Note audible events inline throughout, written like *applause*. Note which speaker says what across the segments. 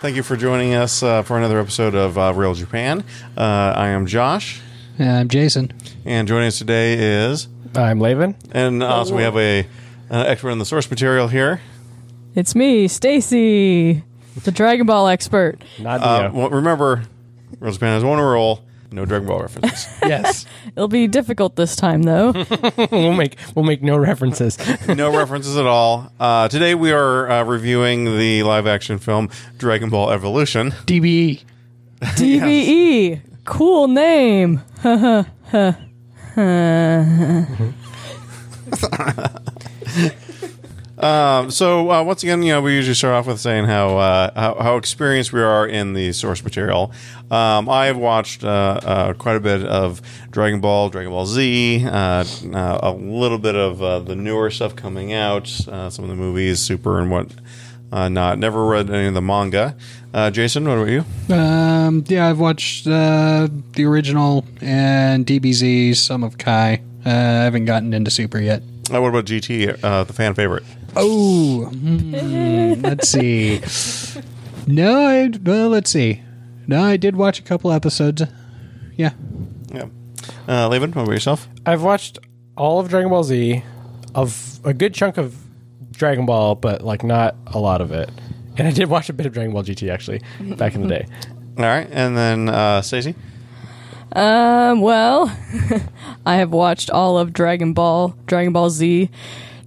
Speaker 1: Thank you for joining us uh, for another episode of uh, Real Japan. Uh, I am Josh,
Speaker 2: Yeah, Uh, I'm Jason.
Speaker 1: and joining us today is,
Speaker 3: I'm Laven.
Speaker 1: and also we have a an expert in the source material here.
Speaker 4: It's me, Stacy, the Dragon Ball expert.
Speaker 3: Not
Speaker 1: Uh,
Speaker 3: Neo.
Speaker 1: well, remember, Real Japan has one rule: no Dragon Ball references.
Speaker 3: yes,
Speaker 4: It'll be difficult this time, though.
Speaker 3: we'll make we'll make no references.
Speaker 1: no references at all. Uh, today we are uh, reviewing the live-action film Dragon Ball Evolution.
Speaker 2: DBE.
Speaker 4: DBE, E, cool name.
Speaker 1: So uh, once again, you know, we usually start off with saying how uh, how, how experienced we are in the source material. Um, I have watched uh, uh, quite a bit of Dragon Ball, Dragon Ball Z, uh, uh, a little bit of uh, the newer stuff coming out, uh, some of the movies, Super and what uh, not. Never read any of the manga. Uh, Jason, what about you?
Speaker 2: Um, yeah, I've watched uh, the original and DBZ, some of Kai. Uh, I haven't gotten into Super yet.
Speaker 1: Uh, what about GT, uh, the fan favorite?
Speaker 2: Oh, hmm, let's see. No, I, well, let's see. No, I did watch a couple episodes. Yeah.
Speaker 1: Yeah. Uh, Levin, what about yourself?
Speaker 3: I've watched all of Dragon Ball Z, of a good chunk of Dragon Ball, but like not a lot of it. And I did watch a bit of Dragon Ball GT actually back in the day.
Speaker 1: All right, and then uh, Stacy.
Speaker 4: Um, well, *laughs* I have watched all of Dragon Ball, Dragon Ball Z,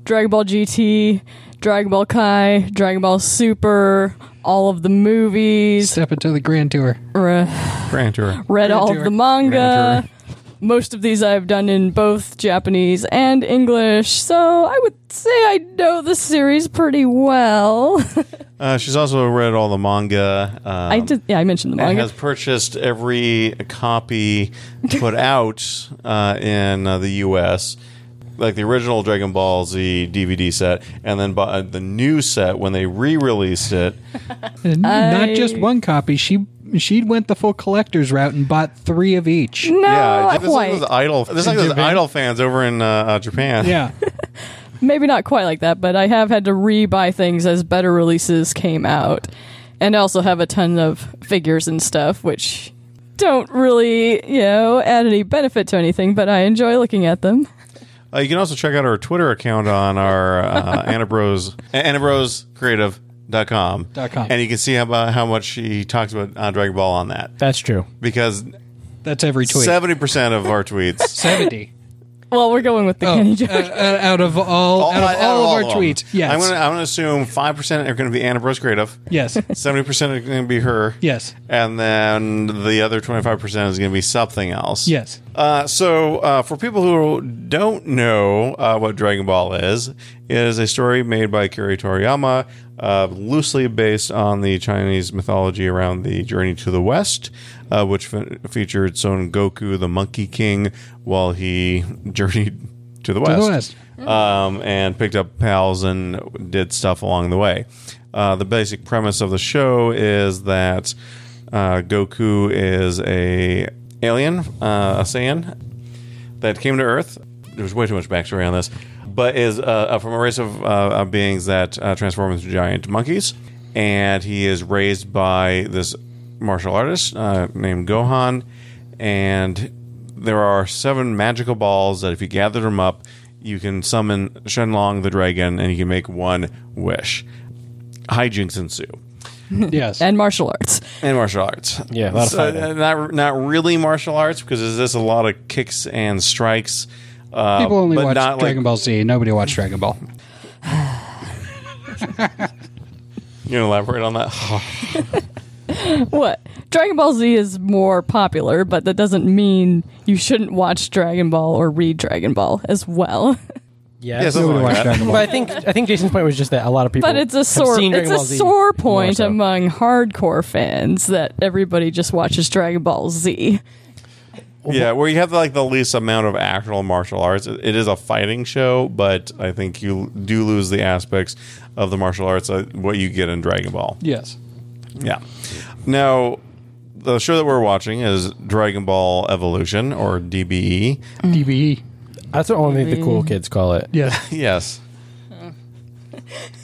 Speaker 4: Dragon Ball GT, Dragon Ball Kai, Dragon Ball Super, all of the movies,
Speaker 2: Step into the Grand Tour.
Speaker 4: re-
Speaker 1: Grand Tour.
Speaker 4: read all of the manga.
Speaker 1: Grand
Speaker 4: Most of these I've done in both Japanese and English, so I would say I know the series pretty well. *laughs*
Speaker 1: Uh, she's also read all the manga. Um,
Speaker 4: I did, yeah, I mentioned the
Speaker 1: and
Speaker 4: manga.
Speaker 1: has purchased every copy
Speaker 2: *laughs*
Speaker 1: put out uh, in uh, the U.S. Like the original Dragon Ball Z DVD set, and then bought uh, the new set when they re-released it.
Speaker 2: And Not
Speaker 4: I-
Speaker 2: just one copy. She she went the full collector's route and bought three of each.
Speaker 4: no,
Speaker 1: yeah,
Speaker 4: not
Speaker 1: this is like
Speaker 4: quite.
Speaker 1: those idol. This is like those idol fans over in uh, uh, Japan.
Speaker 2: Yeah.
Speaker 4: Maybe not quite like that, but I have had to re-buy things as better releases came out, and I also have a ton of figures and stuff, which don't really, you know, add any benefit to anything, but I enjoy looking at them.
Speaker 1: Uh, you can also check out our Twitter account on our
Speaker 2: *laughs*
Speaker 1: uh, Anabros AnabroseCreative.com.
Speaker 2: Dot com.
Speaker 1: and you can see how about how much she talks about uh, Dragon Ball on that
Speaker 3: *laughs* That's true.
Speaker 1: because
Speaker 2: That's every tweet.
Speaker 1: seventy percent of our
Speaker 2: *laughs*
Speaker 1: tweets.
Speaker 2: 70.
Speaker 4: Well, we're going with the
Speaker 2: Oh,
Speaker 4: candy
Speaker 2: uh,
Speaker 4: jar.
Speaker 2: uh, out of all, out of all, of our
Speaker 1: them.
Speaker 2: tweets. Yes.
Speaker 1: I'm gonna I'm gonna assume five percent are gonna be Anabros Creative,
Speaker 2: yes.
Speaker 1: seventy percent are gonna be her,
Speaker 2: Yes.
Speaker 1: and then the other twenty five percent is gonna be something else.
Speaker 2: Yes.
Speaker 1: Uh, so, uh, for people who don't know uh, what Dragon Ball is, it is a story made by Kiri Toriyama, uh, loosely based on the Chinese mythology around the Journey to the West, uh, which fe- featured Son Goku, the Monkey King, while he *laughs* journeyed to the West, Um, and picked up pals and did stuff along the way. Uh, the basic premise of the show is that uh, Goku is a alien, uh, a Saiyan, that came to Earth. There's way too much backstory on this, but is uh, uh, from a race of, uh, of beings that uh, transform into giant monkeys, and he is raised by this martial artist uh, named Gohan, and there are seven magical balls that if you gather them up, you can summon Shenlong the dragon, and you can make one wish. Hijinks ensue
Speaker 2: Yes.
Speaker 4: and martial arts.
Speaker 1: and martial arts.
Speaker 3: Yeah, a lot of
Speaker 1: So,
Speaker 3: fighting.
Speaker 1: uh, not not really martial arts because is this a lot of kicks and strikes? Uh,
Speaker 2: People only
Speaker 1: but
Speaker 2: watch
Speaker 1: not
Speaker 2: Dragon
Speaker 1: like,
Speaker 2: Ball Z.
Speaker 1: *laughs*
Speaker 2: Nobody watched Dragon Ball.
Speaker 1: You gonna elaborate on that? *laughs*
Speaker 4: What? Dragon Ball Z is more popular, but that doesn't mean you shouldn't watch Dragon Ball or read Dragon Ball as well.
Speaker 3: Yeah.
Speaker 1: Yeah, something
Speaker 2: Nobody
Speaker 1: like that.
Speaker 2: watched Dragon
Speaker 3: but
Speaker 2: Ball.
Speaker 3: I think I think Jason's point was just that a lot of people.
Speaker 4: But it's a
Speaker 3: have
Speaker 4: sore
Speaker 3: seen
Speaker 4: it's
Speaker 3: Dragon
Speaker 4: a
Speaker 3: Ball Z
Speaker 4: sore
Speaker 3: more
Speaker 4: point
Speaker 3: so.
Speaker 4: among hardcore fans that everybody just watches Dragon Ball Z. *laughs*
Speaker 1: yeah, where you have like the least amount of actual martial arts. It- it is a fighting show, but I think you do lose the aspects of the martial arts uh, what you get in Dragon Ball.
Speaker 2: Yes.
Speaker 1: Yeah. Now, the show that we're watching is Dragon Ball Evolution or E. DBE.
Speaker 2: DBE.
Speaker 4: Mm.
Speaker 3: *laughs* That's what only the cool kids call it.
Speaker 2: Yes.
Speaker 1: Yes.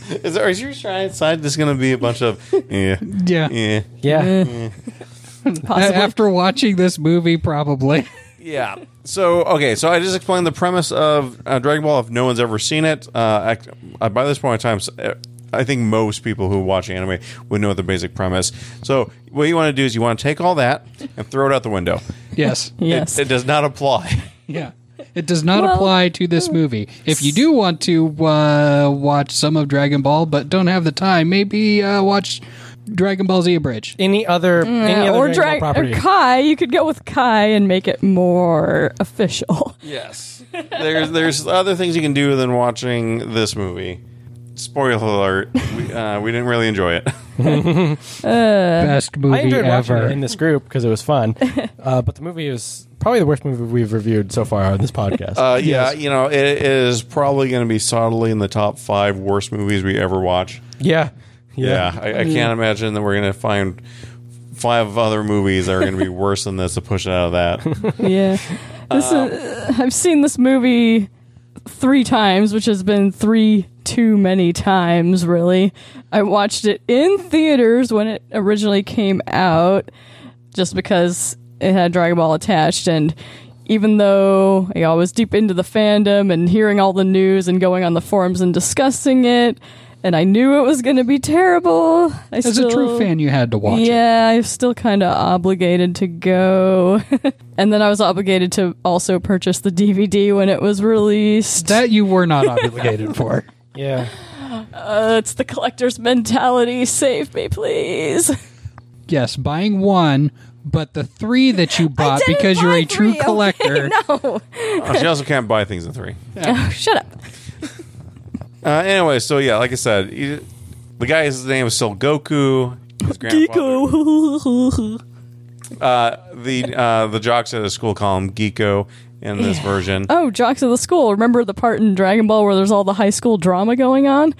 Speaker 1: Is, are you trying inside? This is going to be a bunch of *laughs* eh, yeah,
Speaker 2: Yeah.
Speaker 1: yeah,
Speaker 3: Yeah.
Speaker 2: A-
Speaker 3: *laughs*
Speaker 4: Possibly.
Speaker 2: After watching this movie, probably. *laughs*
Speaker 1: yeah. So okay, so I just explained the premise of uh, Dragon Ball. If no one's ever seen it, uh, I, by this point in time, s- uh, I think most people who watch anime would know the basic premise. So what you want to do is you want to take all that and throw it out the window.
Speaker 2: Yes.
Speaker 4: yes.
Speaker 1: It, it does not apply.
Speaker 2: Yeah. It does not
Speaker 4: Well- uh,
Speaker 2: apply to this movie. If you do want to uh, watch some of Dragon Ball but don't have the time, maybe uh, watch Dragon Ball Z Abridged.
Speaker 3: Any other any other
Speaker 4: Mm. or
Speaker 3: Dragon Ball
Speaker 4: drag or
Speaker 3: property?
Speaker 4: Kai. You could go with Kai and make it more official.
Speaker 1: Yes. there's there's other things you can do than watching this movie. Spoiler alert: we, uh, we didn't really enjoy it. *laughs*
Speaker 4: Uh,
Speaker 2: Best
Speaker 3: I
Speaker 2: movie
Speaker 3: enjoyed watching
Speaker 2: ever.
Speaker 3: it in this group because it
Speaker 4: *laughs*
Speaker 3: was fun, uh, but the movie is probably the worst movie we've reviewed so far on this podcast.
Speaker 1: Uh, yeah, you know, it is probably going to be solidly in the top five worst movies we ever watch.
Speaker 3: yeah.
Speaker 1: Yeah, I, I can't imagine that we're going to find five other movies that are
Speaker 2: *laughs*
Speaker 1: going to be worse than this to push it out of that.
Speaker 4: yeah. This
Speaker 2: Um,
Speaker 4: is, uh, I've seen this movie three times, which has been three too many times, really. I watched it in theaters when it originally came out just because it had Dragon Ball attached. And even though you know, I was deep into the fandom and hearing all the news and going on the forums and discussing it, and I knew it was going to be terrible. I
Speaker 2: As a true fan, you had to watch it.
Speaker 4: yeah, I'm still kind of obligated to go. *laughs* and then I was obligated to also purchase the DVD when it was released.
Speaker 2: That you were not
Speaker 4: *laughs*
Speaker 2: obligated for.
Speaker 3: Yeah.
Speaker 4: Uh, it's the collector's mentality. Save me, please. *laughs*
Speaker 2: Yes, buying one, but the three that
Speaker 4: *laughs*
Speaker 2: you bought
Speaker 4: didn't
Speaker 2: because you're
Speaker 4: buy
Speaker 2: a true
Speaker 4: three, okay? *laughs*
Speaker 2: collector.
Speaker 4: no.
Speaker 1: Uh, she also can't buy things in three.
Speaker 4: Oh, shut up.
Speaker 1: Uh, anyway, so yeah, like I said, you, the guy's name is still Goku. His grandfather-
Speaker 4: Geeko.
Speaker 1: Uh, the uh, the jocks at his school call him Geeko in this version.
Speaker 4: *laughs* oh, Jocks of the School. Remember the part in Dragon Ball where there's all the high school drama going on?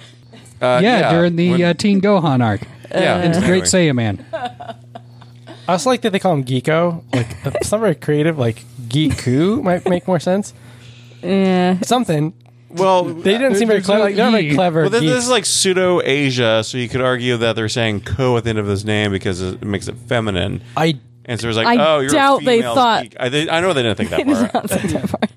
Speaker 1: Uh,
Speaker 2: yeah, during the
Speaker 1: when-
Speaker 2: uh, Teen Gohan arc.
Speaker 1: yeah,
Speaker 2: and
Speaker 1: anyway.
Speaker 2: Great Saiyaman.
Speaker 3: I also like that they call him Geeko. Like, it's not very creative. Like, Geeku might make more sense.
Speaker 4: Yeah.
Speaker 3: Something.
Speaker 1: Well,
Speaker 3: They didn't seem very
Speaker 2: There's no
Speaker 3: clever. Like, they're not very
Speaker 2: E.
Speaker 3: clever.
Speaker 1: Well, then
Speaker 3: geeks.
Speaker 1: this is like pseudo Asia, so you could argue that they're saying "co" at the end of his name because it makes it feminine.
Speaker 3: I
Speaker 1: And so it's like,
Speaker 4: I
Speaker 1: oh, you're
Speaker 4: doubt
Speaker 1: a
Speaker 4: they
Speaker 1: female
Speaker 4: thought-
Speaker 1: geek. I, they, I know they didn't think
Speaker 4: *laughs*
Speaker 1: that far. out.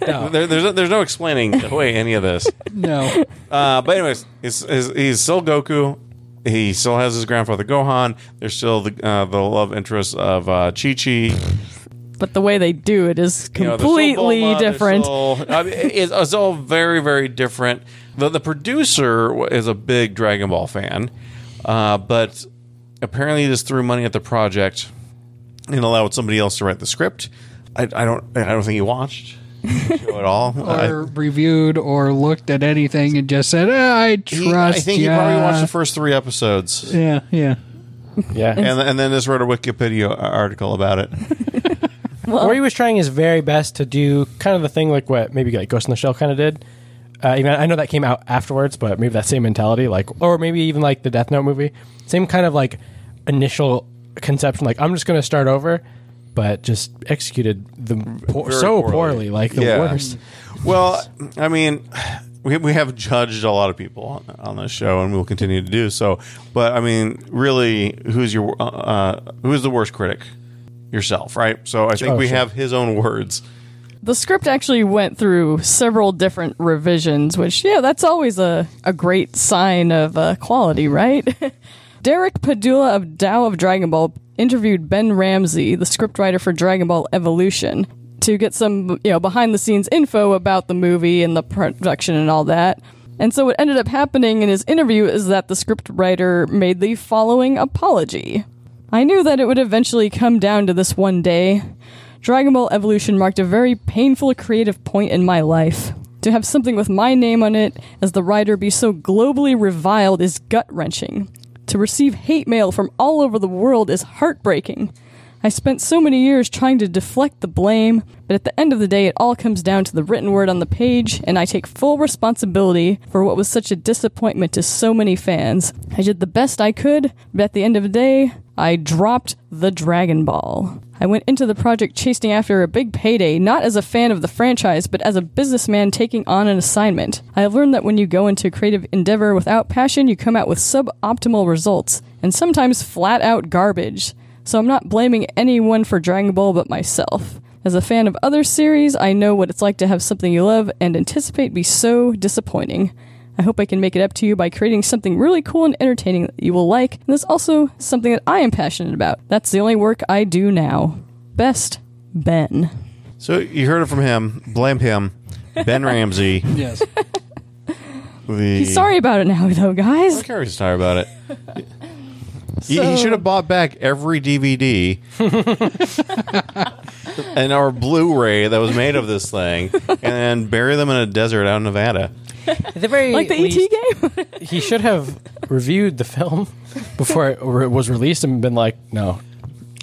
Speaker 3: doubt.
Speaker 1: There, there's no- there's no explaining away any of
Speaker 4: *laughs*
Speaker 1: this.
Speaker 2: No.
Speaker 1: Uh, but anyways, he's, he's, he's still Goku. He still has his grandfather Gohan. There's still the uh, the love interest of uh, Chi Chi.
Speaker 4: But the way they do it is
Speaker 1: You know, there's still
Speaker 4: completely
Speaker 1: Bulma, there's
Speaker 4: different.
Speaker 1: still- I mean, it's, it's all very, very different. The, the producer is a big Dragon Ball fan, uh, but apparently just threw money at the project and allowed somebody else to write the script. I, I don't. I don't think he watched the show at
Speaker 2: *laughs*
Speaker 1: all. *laughs*
Speaker 2: or
Speaker 1: I,
Speaker 2: reviewed or looked at anything and just said, "Ah, I trust.
Speaker 1: he, I think he
Speaker 2: ya."
Speaker 1: probably watched the first three episodes,
Speaker 2: Yeah, yeah.
Speaker 3: Yeah.
Speaker 1: *laughs* and and then just wrote a Wikipedia article about it.
Speaker 3: or he was trying his very best to do kind of the thing like what maybe like Ghost in the Shell kind of did. Uh, you know, I know that came out afterwards, but maybe that same mentality, like, or maybe even like the Death Note movie, same kind of like initial conception, like I'm just going to start over, but just executed the poor,
Speaker 1: Very
Speaker 3: so
Speaker 1: poorly.
Speaker 3: poorly. like the
Speaker 1: Yeah.
Speaker 3: worst.
Speaker 1: Well, I mean, we, we have judged a lot of people on, on this show, and we will continue to do so. But I mean, really, who's your uh, uh, who's the worst critic? Yourself, right? So I think
Speaker 3: Oh,
Speaker 1: we
Speaker 3: sure.
Speaker 1: have his own words.
Speaker 4: the script actually went through several different revisions, which, yeah, that's always a, a great sign of uh, quality, right? *laughs* Derek Padula of Dow of Dragon Ball interviewed Ben Ramsey, the scriptwriter for Dragon Ball Evolution, to get some you know behind the scenes info about the movie and the production and all that. And so what ended up happening in his interview is that the scriptwriter made the following apology. I knew that it would eventually come down to this one day. Dragon Ball Evolution marked a very painful creative point in my life. To have something with my name on it as the writer be so globally reviled is gut wrenching. To receive hate mail from all over the world is heartbreaking. I spent so many years trying to deflect the blame, but at the end of the day, it all comes down to the written word on the page, and I take full responsibility for what was such a disappointment to so many fans. I did the best I could, but at the end of the day, I dropped the Dragon Ball. I went into the project chasing after a big payday, not as a fan of the franchise, but as a businessman taking on an assignment. I have learned that when you go into a creative endeavor without passion, you come out with suboptimal results, and sometimes flat out garbage. So I'm not blaming anyone for Dragon Ball but myself. As a fan of other series, I know what it's like to have something you love and anticipate be so disappointing. I hope I can make it up to you by creating something really cool and entertaining that you will like, and that's also something that I am passionate about. That's the only work I do now. Best, Ben.
Speaker 1: So you heard it from him. Blame him. Ben
Speaker 3: *laughs*
Speaker 1: Ramsey.
Speaker 4: *laughs*
Speaker 2: Yes.
Speaker 1: The,
Speaker 4: He's sorry about it now, though,
Speaker 1: I don't
Speaker 4: guys.
Speaker 1: care if he's sorry about it. He, he should have bought back every DVD *laughs* and our Blu-ray that was made of this thing, and then bury them in a desert out in Nevada.
Speaker 3: At the E very
Speaker 4: Like the
Speaker 3: least,
Speaker 4: ET game?
Speaker 3: he should have reviewed the film before it re- was released and been like, no,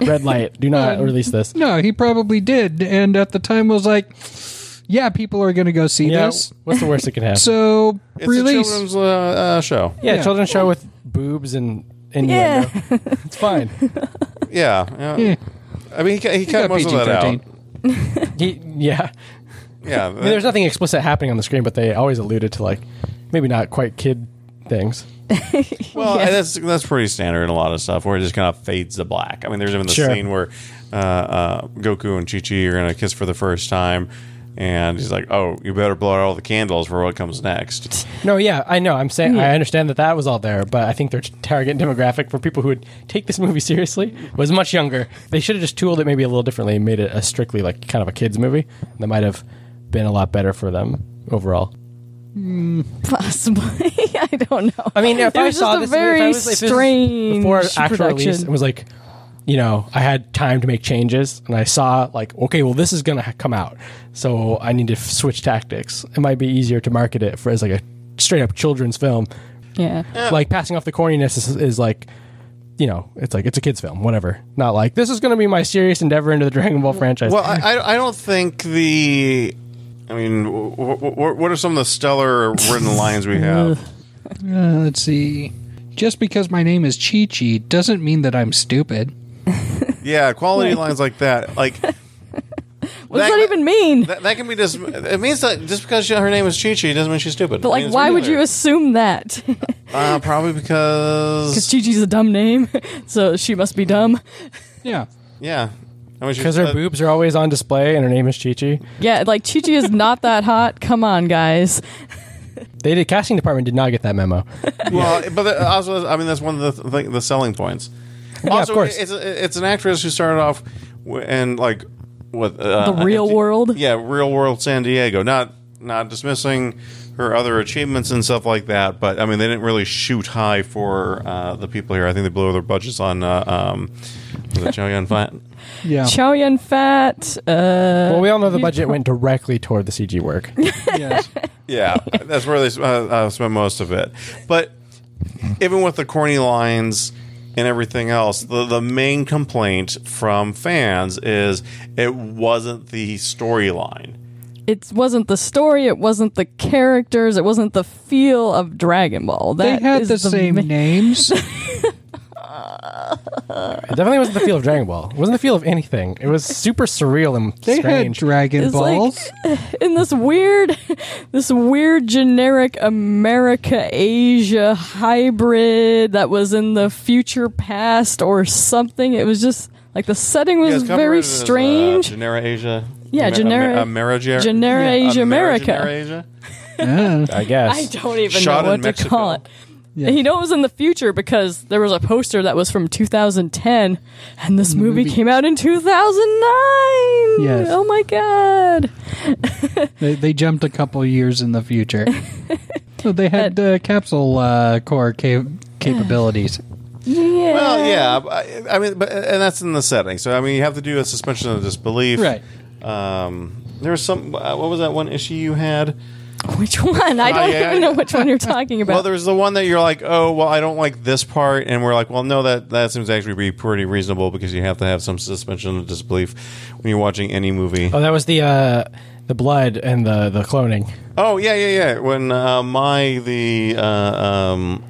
Speaker 3: red light, do not release this.
Speaker 2: No, he probably did, and at the time was like, "Yeah, people are going to go see
Speaker 3: Yeah,
Speaker 2: this."
Speaker 3: what's the worst that can happen?
Speaker 2: So
Speaker 1: It's a
Speaker 2: release.
Speaker 1: children's uh, uh, show.
Speaker 3: yeah,
Speaker 2: yeah.
Speaker 3: children's show with boobs and
Speaker 4: *laughs* yeah.
Speaker 3: innuendo. It's fine.
Speaker 1: Yeah. yeah.
Speaker 2: Yeah.
Speaker 1: I mean, he, ca- he cut
Speaker 2: *laughs* got
Speaker 1: most of that out.
Speaker 2: PG-13.
Speaker 3: He, yeah.
Speaker 1: Yeah.
Speaker 3: I mean, there's nothing explicit happening on the screen, but they always alluded to like maybe not quite kid things.
Speaker 1: *laughs* Well,
Speaker 4: Yeah.
Speaker 1: that's that's pretty standard in a lot of stuff where it just kind of fades to black. I mean, there's even the
Speaker 3: Sure.
Speaker 1: scene where uh, uh, Goku and Chi Chi are gonna kiss for the first time, and he's like, "Oh, you better blow out all the candles for what comes
Speaker 4: *laughs*
Speaker 1: next."
Speaker 3: No, yeah, I know. I'm saying I understand that that was all there, but I think their target demographic for people who would take this movie *laughs* seriously was much younger. They should have just tooled it maybe a little differently and made it a strictly like kind of a kids movie. That might have been a lot better for them overall.
Speaker 4: Possibly. *laughs* I don't know.
Speaker 3: I mean, if
Speaker 4: It
Speaker 3: I
Speaker 4: was
Speaker 3: saw
Speaker 4: just a
Speaker 3: this
Speaker 4: very
Speaker 3: if I was, if this was
Speaker 4: strange
Speaker 3: before actual release,
Speaker 4: production.
Speaker 3: it was like, you know, I had time to make changes, and I saw like, okay, well, this is gonna ha- come out, so I need to f- switch tactics. It might be easier to market it for as like a straight up children's film.
Speaker 4: yeah.
Speaker 3: Like passing off the corniness is, is like, you know, it's like it's a kids film, whatever. Not like this is gonna be my serious endeavor into the Dragon Ball franchise.
Speaker 1: Well, I, I I don't think the. I mean, w- w- what are some of the stellar
Speaker 4: *laughs*
Speaker 1: written lines we have?
Speaker 2: Uh, let's see. Just because my name is Chi Chi doesn't mean that I'm stupid.
Speaker 1: Yeah, quality lines like that, like.
Speaker 4: *laughs* What does
Speaker 1: that-
Speaker 4: that even mean?
Speaker 1: That, that can be just. It means that just because she, her name is Chi Chi doesn't mean she's stupid.
Speaker 4: but,
Speaker 1: I mean,
Speaker 4: like,
Speaker 1: it's
Speaker 4: why would
Speaker 1: really
Speaker 4: you
Speaker 1: weird.
Speaker 4: assume that? *laughs*
Speaker 1: Uh, probably
Speaker 4: Because
Speaker 1: because.
Speaker 4: Gigi's a dumb name, *laughs* so she must be dumb.
Speaker 2: Yeah.
Speaker 1: *laughs* Yeah. I mean, she's-
Speaker 3: because her
Speaker 1: uh,
Speaker 3: boobs are always on display, and her name is Chi Chi.
Speaker 4: Yeah, like, Chichi is not that hot. Come on, guys.
Speaker 3: They did casting department did not get that memo.
Speaker 1: Well, but the- also, I mean, that's one of the th- the selling points.
Speaker 3: yeah, of
Speaker 1: also,
Speaker 3: course.
Speaker 1: it's it's an actress who started off w- and like with uh,
Speaker 4: The real
Speaker 1: empty-
Speaker 4: world?
Speaker 1: Yeah, real world San Diego. Not not dismissing her other achievements and stuff like that, but I mean, they didn't really shoot high for uh, the people here. I think they blew their budgets on uh, um, was it Chow Yun Fat?
Speaker 2: Yeah.
Speaker 4: Chow Yun Fat. Uh,
Speaker 3: Well, we all know the budget went directly toward the CG work.
Speaker 4: *laughs*
Speaker 2: yes.
Speaker 1: Yeah, that's where they uh, uh, spend most of it. But even with the corny lines and everything else, the, the main complaint from fans is it wasn't the storyline.
Speaker 4: it wasn't the story, it wasn't the characters, it wasn't the feel of Dragon Ball.
Speaker 2: They
Speaker 4: That
Speaker 2: had
Speaker 4: is
Speaker 2: the same
Speaker 4: ma- *laughs*
Speaker 2: names.
Speaker 3: It definitely wasn't the feel of Dragon Ball. It wasn't the feel of anything. It was super surreal and
Speaker 2: They had
Speaker 3: strange.
Speaker 2: Dragon
Speaker 4: It's like-
Speaker 2: Balls.
Speaker 4: *laughs* in this weird, *laughs* this weird generic America Asia hybrid that was in the future past or something. It was just like the setting
Speaker 1: Yeah,
Speaker 4: was
Speaker 1: it's
Speaker 4: very
Speaker 1: copyrighted as, uh,
Speaker 4: strange.
Speaker 1: Genera Asia.
Speaker 4: Yeah, Genera-
Speaker 1: America.
Speaker 4: Genera Asia America.
Speaker 2: yeah.
Speaker 3: I
Speaker 4: *laughs*
Speaker 3: guess.
Speaker 4: I don't even
Speaker 1: Shot
Speaker 4: know
Speaker 1: in
Speaker 4: what to
Speaker 1: Mexico.
Speaker 4: call it. He knows it was in the future because there was a poster that was from 2010, and this movie, came out in 2009.
Speaker 2: Yes.
Speaker 4: Oh my god.
Speaker 2: They, they jumped a couple years in the
Speaker 4: *laughs*
Speaker 2: future. so they had uh, capsule uh, core cap-
Speaker 4: *laughs*
Speaker 2: capabilities.
Speaker 4: Yeah.
Speaker 1: Well, yeah. but- I mean, but, and that's in the setting. So, I mean, you have to do a suspension of disbelief.
Speaker 2: Right.
Speaker 1: Um, there was some. uh, What was that one issue you had?
Speaker 4: Which one? I
Speaker 1: Oh,
Speaker 4: don't *laughs*
Speaker 1: yeah,
Speaker 4: even
Speaker 1: yeah.
Speaker 4: know which one
Speaker 1: *laughs*
Speaker 4: you're talking about.
Speaker 1: Well, there's the one that you're like, oh, well, I don't like this part, and we're like, well, no, that that seems to actually be pretty reasonable because you have to have some suspension of disbelief when you're watching any movie.
Speaker 3: oh, that was the uh, the blood and the the cloning.
Speaker 1: Oh, yeah, yeah, yeah. When uh, my the uh, um,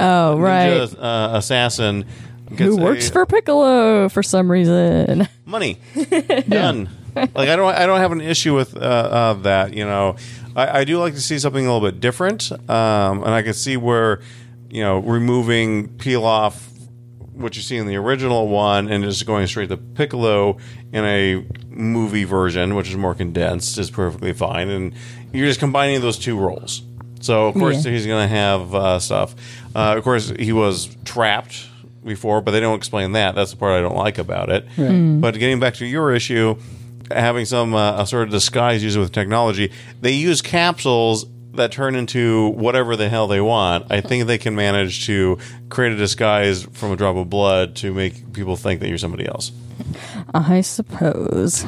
Speaker 4: oh, right.
Speaker 1: ninja, uh, assassin gets
Speaker 4: Who works
Speaker 1: a-
Speaker 4: for Piccolo for some reason? *laughs*
Speaker 1: money done like i don't i don't have an issue with uh, uh, that you know I, I do like to see something a little bit different um, and i can see where you know removing peel off what you see in the original one and just going straight to piccolo in a movie version which is more condensed is perfectly fine and you're just combining those two roles so of course
Speaker 4: Yeah.
Speaker 1: he's going to have uh, stuff uh, of course he was trapped before, but they don't explain that. That's the part I don't like about it. But getting back to your issue, having some uh, a sort of disguise used with technology, they use capsules that turn into whatever the hell they want. I think they can manage to create a disguise from a drop of blood to make people think that you're somebody else.
Speaker 4: I suppose.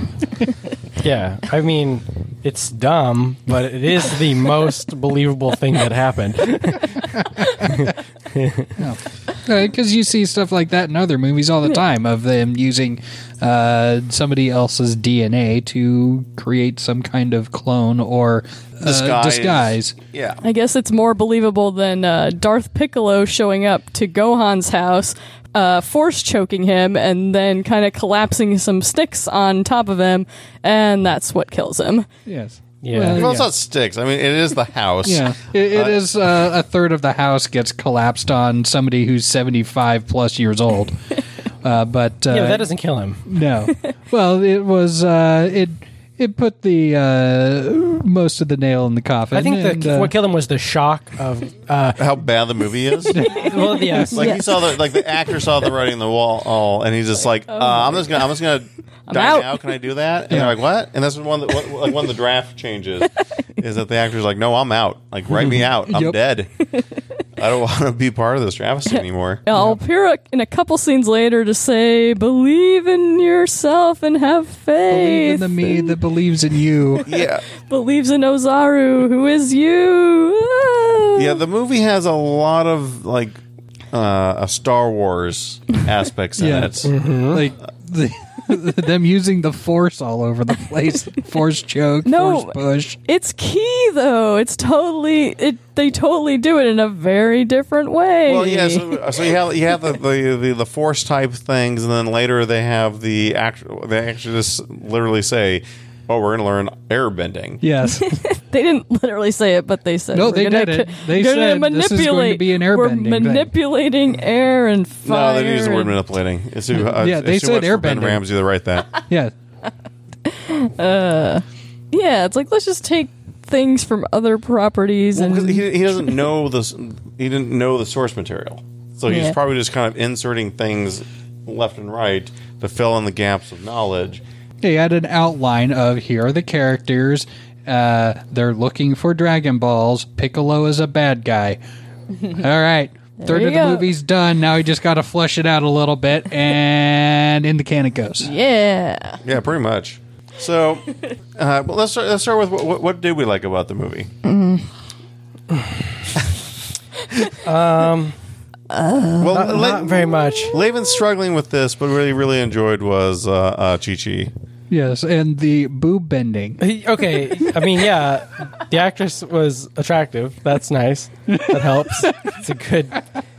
Speaker 3: Yeah, I mean, it's dumb, but it is the most believable thing that happened.
Speaker 2: Because Uh, you see stuff like that in other movies all the time of them using uh, somebody else's DNA to create some kind of clone or uh,
Speaker 1: Disguise.
Speaker 2: disguise.
Speaker 1: Yeah.
Speaker 4: I guess it's more believable than uh, Darth Piccolo showing up to Gohan's house, uh, force choking him, and then kind of collapsing some sticks on top of him, and that's what kills him.
Speaker 2: Yes.
Speaker 3: Yeah.
Speaker 2: Well,
Speaker 1: Well, it's not sticks. I mean, it is the house.
Speaker 2: Yeah, it, it is uh, a third of the house gets collapsed on somebody who's seventy-five plus years old. Uh, but uh,
Speaker 3: Yeah, but that doesn't kill him.
Speaker 2: no. Well, it was uh, it it put the uh, most of the nail in the coffin.
Speaker 3: I think
Speaker 2: and,
Speaker 3: the,
Speaker 2: uh,
Speaker 3: what killed him was the shock of. Uh,
Speaker 1: How bad the movie is.
Speaker 3: well, yes.
Speaker 1: *laughs* Like he saw the like the actor saw the writing on the wall, all, and he's just like, uh, I'm just gonna I'm just gonna die
Speaker 4: out.
Speaker 1: now. Can I do that? And they're like, what? And that's when one of the, what, like one of the draft changes is that the actor's like, no, I'm out. Like write me out. I'm
Speaker 2: Yep.
Speaker 1: dead. I don't want to be part of this travesty anymore.
Speaker 4: I'll appear a- in a couple scenes later to say, "Believe in yourself and have
Speaker 2: believe in
Speaker 4: faith."
Speaker 2: the me that believes in you.
Speaker 1: Yeah,
Speaker 4: Believes in Ozaru, who is you. Ah.
Speaker 1: yeah. The movie has a lot of like uh, a Star Wars aspects in
Speaker 2: Yeah.
Speaker 1: it.
Speaker 2: Like the, *laughs* them using the force all over the
Speaker 3: *laughs*
Speaker 2: place. Force choke.
Speaker 4: No.
Speaker 2: Force push.
Speaker 4: it's key though. It's totally it. They totally do it in a very different way.
Speaker 1: Well, yeah. *laughs* So, so you have you have the, the, the, the force type things, and then later they have the act. They actually just literally say, "Oh, we're going to learn airbending."
Speaker 3: *laughs*
Speaker 2: Yes.
Speaker 4: They didn't literally say it, but they said.
Speaker 2: No,
Speaker 4: we're
Speaker 2: they
Speaker 4: gonna,
Speaker 2: did it. They
Speaker 4: gonna
Speaker 2: said, "This is going to
Speaker 4: manipulate-
Speaker 2: be an airbending
Speaker 4: We're
Speaker 2: thing."
Speaker 4: manipulating air and
Speaker 1: No,
Speaker 4: fire.
Speaker 1: they use the word
Speaker 4: and-
Speaker 1: manipulating. It's too, uh,
Speaker 2: Yeah,
Speaker 1: it's
Speaker 2: they
Speaker 1: too
Speaker 2: said
Speaker 1: much for Ben
Speaker 2: airbending.
Speaker 1: Ramsey to write
Speaker 2: *laughs*
Speaker 1: that.
Speaker 2: yeah.
Speaker 4: yeah, it's like let's just take things from other properties
Speaker 1: Well, 'cause
Speaker 4: and
Speaker 1: he, he doesn't know the s- he didn't know the source material, so he's
Speaker 4: Yeah.
Speaker 1: probably just kind of inserting things left and right to fill in the gaps of knowledge.
Speaker 2: He had an outline of here are the characters. Uh, they're looking for Dragon Balls. Piccolo is a bad guy. All right. Third
Speaker 4: you
Speaker 2: of the
Speaker 4: go.
Speaker 2: movie's done. Now you just got to flush it out a little bit, and in the can it goes.
Speaker 4: yeah.
Speaker 1: Yeah, pretty much.
Speaker 3: *laughs*
Speaker 1: So, uh, but let's start, let's start with what, what, what did we like about the movie?
Speaker 3: Mm.
Speaker 1: *laughs* um. Well, La-
Speaker 3: Not very much.
Speaker 1: Lavin's struggling with this, but really, really enjoyed was uh, uh, Chi Chi.
Speaker 2: Yes, and the boob bending.
Speaker 3: He- okay, I mean, yeah, the actress was attractive. That's nice. That helps. It's a good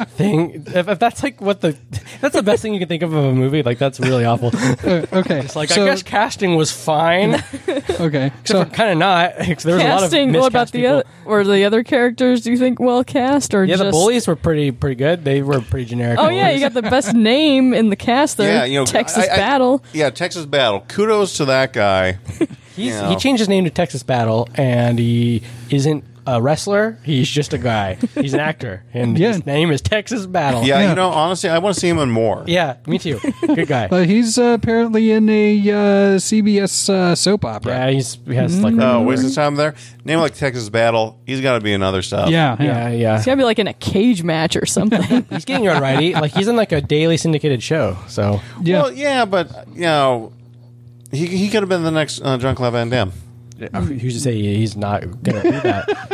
Speaker 3: thing. If, if that's like what the that's the best thing you can think of of a movie, like that's really awful.
Speaker 2: Uh, okay,
Speaker 3: It's like
Speaker 2: so,
Speaker 3: I guess *laughs* casting was fine,
Speaker 2: okay. So
Speaker 3: kind of not. 'cause There
Speaker 4: Casting.
Speaker 3: was a lot of
Speaker 4: What about
Speaker 3: miscast
Speaker 4: the
Speaker 3: people.
Speaker 4: other or the other characters? Do you think well cast or
Speaker 3: Yeah,
Speaker 4: just
Speaker 3: the bullies were pretty pretty good. They were pretty generic.
Speaker 4: Oh yeah,
Speaker 3: bullies.
Speaker 4: you got the best name in the cast there.
Speaker 1: Yeah, you know,
Speaker 4: Texas
Speaker 1: I- I-
Speaker 4: Battle.
Speaker 1: Yeah, Texas Battle. Kudos to that guy.
Speaker 3: He's,
Speaker 1: Yeah.
Speaker 3: He changed his name to Texas Battle, and he isn't a wrestler. He's just a guy. He's an actor, and
Speaker 2: Yeah.
Speaker 3: his name is Texas Battle.
Speaker 1: Yeah,
Speaker 2: Yeah.
Speaker 1: you know, honestly, I want to see him in more.
Speaker 3: yeah, me too.
Speaker 4: *laughs*
Speaker 3: Good guy.
Speaker 2: But he's uh, apparently in a uh, CBS uh, soap opera.
Speaker 3: yeah, he's he has like
Speaker 1: Oh, waste his time there. Name like Texas Battle. He's got to be in other stuff.
Speaker 3: yeah, yeah.
Speaker 4: It's gotta be like in a cage match
Speaker 1: *laughs*
Speaker 4: or something.
Speaker 3: He's getting your righty. Like he's in like a daily syndicated show. So
Speaker 2: Yeah.
Speaker 1: Well, *laughs* yeah, but you know, he he could have been the next uh, John Claude Van Damme.
Speaker 3: who's to say he's not gonna do that?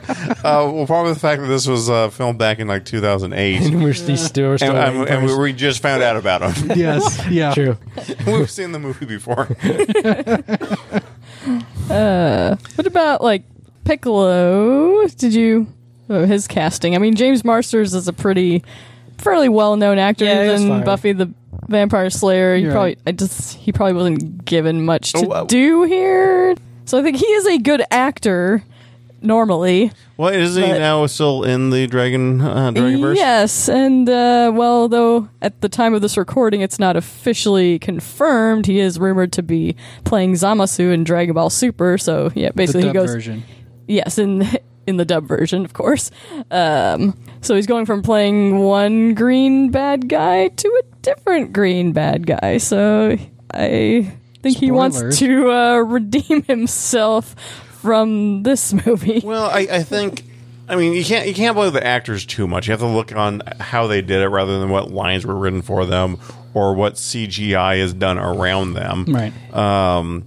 Speaker 3: *laughs*
Speaker 1: Uh, well, probably the fact that this was uh, filmed back in like 2008, and,
Speaker 3: and we're still, still
Speaker 1: um, and we, we just found out about him. *laughs*
Speaker 2: Yes. Yeah.
Speaker 3: true.
Speaker 1: We've seen the movie before.
Speaker 4: what about like Piccolo? Did you oh, his casting? I mean, James Marsters is a pretty fairly well known actor
Speaker 3: Yeah, that's
Speaker 4: than
Speaker 3: fine.
Speaker 4: Buffy the Vampire Slayer. He
Speaker 2: You're
Speaker 4: probably
Speaker 2: right.
Speaker 4: I just he probably wasn't given much to
Speaker 1: Oh, uh,
Speaker 4: do here. So I think he is a good actor normally.
Speaker 1: Well, isn't he
Speaker 4: But-
Speaker 1: now still in the Dragon uh, Dragonverse?
Speaker 4: Yes, and uh, well, though at the time of this recording, it's not officially confirmed. He is rumored to be playing Zamasu in Dragon Ball Super. So yeah,
Speaker 2: the
Speaker 4: basically
Speaker 2: dub
Speaker 4: he goes
Speaker 2: version.
Speaker 4: yes in in the *laughs* dub version, of course. Um, so he's going from playing one green bad guy to a different green bad guy. So I think he wants
Speaker 2: Spoilers.
Speaker 4: to uh, *laughs* redeem himself from this movie.
Speaker 1: Well, I, I think. I mean, you can't you can't blame the actors too much. You have to look on how they did it rather than what lines were written for them or what CGI is done around them.
Speaker 2: Right.
Speaker 1: Um,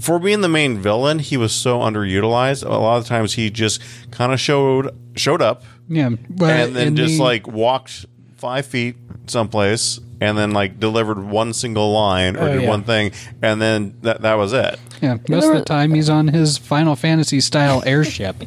Speaker 1: for being the main villain, he was so underutilized. A lot of times, he just kind of showed showed up
Speaker 2: Yeah. Well,
Speaker 1: and then
Speaker 2: in
Speaker 1: just
Speaker 2: the-
Speaker 1: like walked five feet someplace and then like delivered one single line or
Speaker 3: Oh,
Speaker 1: did
Speaker 3: yeah.
Speaker 1: one thing and then that that was it.
Speaker 2: Yeah, most of the time he's on his Final Fantasy style
Speaker 1: *laughs*
Speaker 2: airship.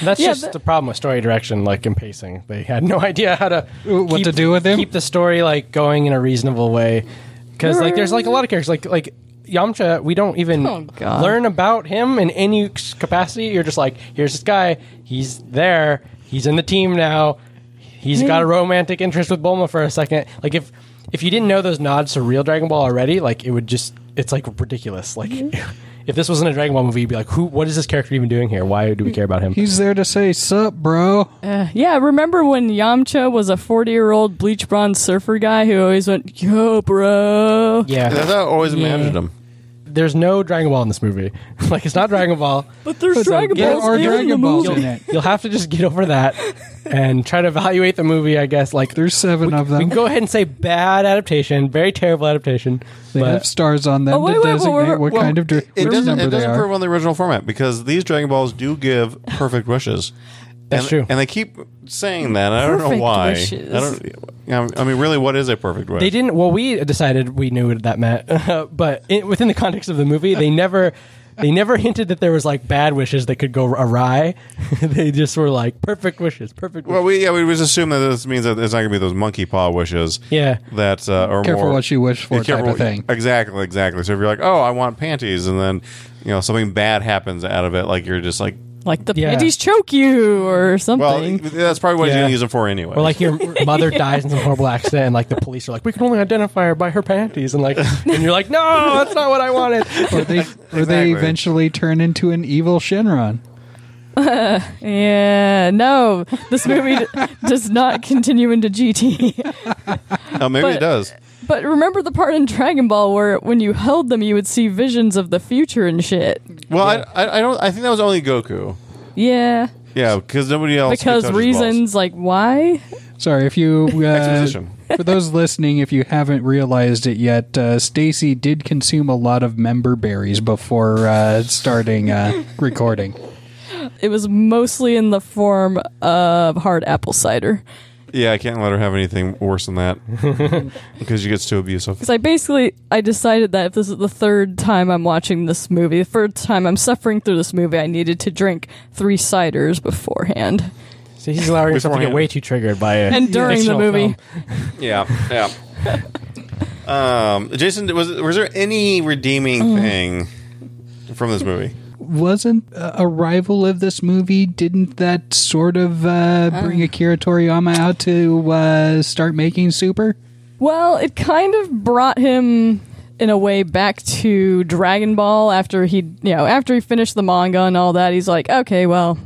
Speaker 3: That's
Speaker 4: Yeah,
Speaker 3: just
Speaker 4: but-
Speaker 3: the problem with story direction, like in pacing. They had no *laughs* idea how to
Speaker 2: What to do with him?
Speaker 3: Keep the story like going in a reasonable way, because like there's like a lot of characters like like Yamcha. We don't even
Speaker 4: Oh, God.
Speaker 3: learn about him in any capacity. You're just like, here's this guy. He's there. He's in the team now. He's got a romantic interest with Bulma for a second. Like if if you didn't know those nods to real Dragon Ball already, like it would just it's like ridiculous. Like.
Speaker 4: Mm-hmm.
Speaker 3: *laughs* If this wasn't a Dragon Ball movie, you'd be like, "Who? What is this character even doing here? Why
Speaker 4: Mm-hmm.
Speaker 3: do we care about him?"
Speaker 2: He's there to say, "Sup, bro."
Speaker 4: Uh, yeah, remember when Yamcha was a 40 year old bleach bronze surfer guy who always went, yo, bro.
Speaker 1: That's
Speaker 3: Yeah,
Speaker 1: how I always imagined him.
Speaker 3: there's no Dragon Ball in this movie. *laughs* like it's not
Speaker 2: *laughs*
Speaker 3: Dragon Ball.
Speaker 4: But there's Dragon
Speaker 3: There
Speaker 4: Balls
Speaker 2: are
Speaker 4: in
Speaker 2: Dragon
Speaker 4: the
Speaker 2: Balls
Speaker 4: movie.
Speaker 2: in it.
Speaker 3: You'll have to just get over that and try to evaluate the movie. I guess like
Speaker 2: There's seven of
Speaker 3: we
Speaker 2: them.
Speaker 3: can go ahead and say bad adaptation, very terrible adaptation.
Speaker 2: they have
Speaker 3: But
Speaker 2: stars on them
Speaker 4: Oh, wait,
Speaker 2: to
Speaker 4: wait, wait,
Speaker 2: designate
Speaker 4: wait,
Speaker 2: what
Speaker 4: well,
Speaker 2: kind of dra-
Speaker 1: It
Speaker 2: which
Speaker 1: doesn't,
Speaker 2: number
Speaker 1: it
Speaker 2: they
Speaker 1: doesn't
Speaker 2: are.
Speaker 1: prove on the original format because these Dragon Balls do give perfect wishes.
Speaker 3: That's
Speaker 1: and,
Speaker 3: true.
Speaker 1: And they keep saying that. and I don't know
Speaker 4: Perfect
Speaker 1: why.
Speaker 4: wishes.
Speaker 1: I don't. I mean, really, what is a perfect wish?
Speaker 3: they didn't. Well, we decided we knew what that meant, *laughs* but in, within the context of the movie, they never. They never hinted that there was like bad wishes that could go awry. *laughs* they just were like perfect wishes, perfect. Wishes.
Speaker 1: Well, we yeah, we just assume that this means that it's not going to be those monkey paw wishes.
Speaker 3: Yeah.
Speaker 1: That uh, or
Speaker 2: Careful
Speaker 1: more,
Speaker 2: what you wish for
Speaker 1: Yeah, careful
Speaker 2: type
Speaker 1: what-
Speaker 2: of thing.
Speaker 1: Exactly, exactly. So if you're like, oh, I want panties, and then you know something bad happens out of it, like you're just like,
Speaker 4: Like the
Speaker 3: Yeah.
Speaker 4: panties choke you or
Speaker 1: well,
Speaker 4: something.
Speaker 1: that's probably what he's
Speaker 3: Yeah.
Speaker 1: going to use them for anyway.
Speaker 3: Or like
Speaker 4: *laughs*
Speaker 3: your mother dies in some horrible accident, and like the police are like, we can only identify her by her panties, and like, and you're like, no, that's not what I wanted.
Speaker 2: or
Speaker 1: *laughs*
Speaker 2: they, or they
Speaker 1: Exactly.
Speaker 2: eventually turn into an evil Shenron.
Speaker 4: yeah, no. This movie d- does not continue into GT.
Speaker 1: oh, maybe
Speaker 4: but-
Speaker 1: it does.
Speaker 4: But remember the part in Dragon Ball where when you held them, you would see visions of the future and shit.
Speaker 1: Well, I, I, I don't. I think that was only Goku.
Speaker 4: Yeah.
Speaker 1: Yeah, because nobody else. could
Speaker 4: Because
Speaker 1: touch his balls.
Speaker 4: reasons like why?
Speaker 2: Sorry,
Speaker 1: *laughs*
Speaker 2: if you uh,
Speaker 1: Exposition.
Speaker 2: for those listening, if you haven't realized it yet, uh, Stacy did consume a lot of member berries before uh, starting uh, recording.
Speaker 4: It was mostly in the form of hard apple cider.
Speaker 1: Yeah, I can't let her have anything worse than that *laughs* because she gets too abusive.
Speaker 4: Because I basically I decided that if this is the third time I'm watching this movie, the third time I'm suffering through this movie, I needed to drink three ciders beforehand
Speaker 3: So he's allowing himself to get
Speaker 1: Beforehand.
Speaker 3: way too triggered by it.
Speaker 4: and during the
Speaker 3: Fictional
Speaker 4: movie.
Speaker 3: film.
Speaker 1: Yeah, yeah. *laughs* um, Jason, was was there any
Speaker 4: Mm.
Speaker 1: redeeming thing from this movie?
Speaker 2: Wasn't uh, Arrival of this movie? Didn't that sort of uh, bring
Speaker 4: Oh.
Speaker 2: Akira Toriyama out to uh, start making Super?
Speaker 4: Well, it kind of brought him in a way back to Dragon Ball after he, you know, after he finished the manga and all that. He's like, okay, well,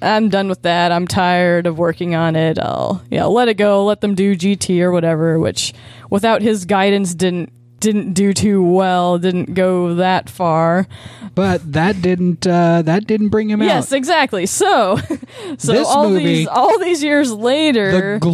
Speaker 4: I'm done with that. I'm tired of working on it. I'll, you know, let it go. Let them do GT or whatever. Which, without his guidance, didn't didn't do too well. Didn't go that far.
Speaker 2: But that didn't uh, that didn't bring him
Speaker 4: Yes,
Speaker 2: out.
Speaker 4: exactly. So, *laughs* so
Speaker 2: This
Speaker 4: all
Speaker 2: movie-
Speaker 4: these all these years later, *laughs*
Speaker 2: The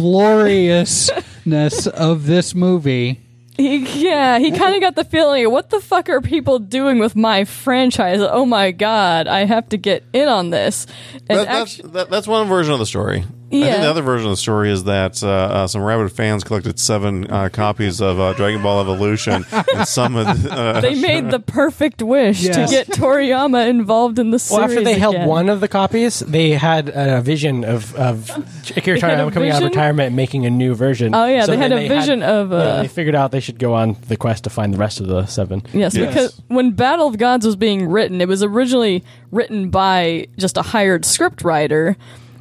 Speaker 2: gloriousness of this movie.
Speaker 4: He, yeah, he kind of got the feeling, what the fuck are people doing with my franchise? Oh my god, I have to get in on this. And
Speaker 1: That, that's
Speaker 4: actu-
Speaker 1: that, that's one version of the story. I think the
Speaker 4: Yeah.
Speaker 1: other version of the story is that uh, uh, some rabid fans collected seven uh, copies of uh, Dragon Ball
Speaker 4: *laughs*
Speaker 1: Evolution, and some of the, uh,
Speaker 4: They made the perfect wish
Speaker 2: Yes.
Speaker 4: to get Toriyama involved in the series.
Speaker 3: Well, after they held
Speaker 4: again.
Speaker 3: one of the copies, they had a vision of, of Akira
Speaker 4: They had
Speaker 3: Toriyama
Speaker 4: a
Speaker 3: coming out of
Speaker 4: vision?
Speaker 3: retirement and making a new version.
Speaker 4: Oh yeah,
Speaker 3: So
Speaker 4: they had
Speaker 3: then
Speaker 4: a vision of
Speaker 3: yeah,
Speaker 4: uh,
Speaker 3: they figured out they should go on the quest to find the rest of the seven.
Speaker 4: Yes,
Speaker 1: Yes.
Speaker 4: because when Battle of Gods was being written, it was originally written by just a hired script writer,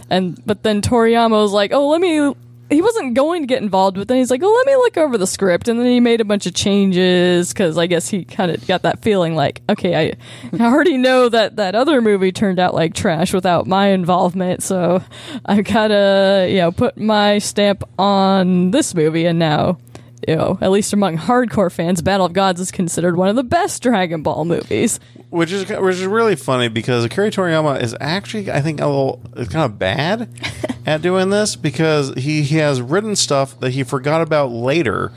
Speaker 4: and but then Toriyama was like, "Oh, let me." He wasn't going to get involved, but then he's like, "Oh, let me look over the script," and then he made a bunch of changes because I guess he kind of got that feeling like, "Okay, I, I already know that that other movie turned out like trash without my involvement, so I gotta you know put my stamp on this movie," and now you know, at least among hardcore fans, Battle of Gods is considered one of the best Dragon Ball movies.
Speaker 1: which is which is really funny because Akira Toriyama is actually I think a little is kind of
Speaker 4: *laughs*
Speaker 1: bad at doing this because he, he has written stuff that he forgot about later,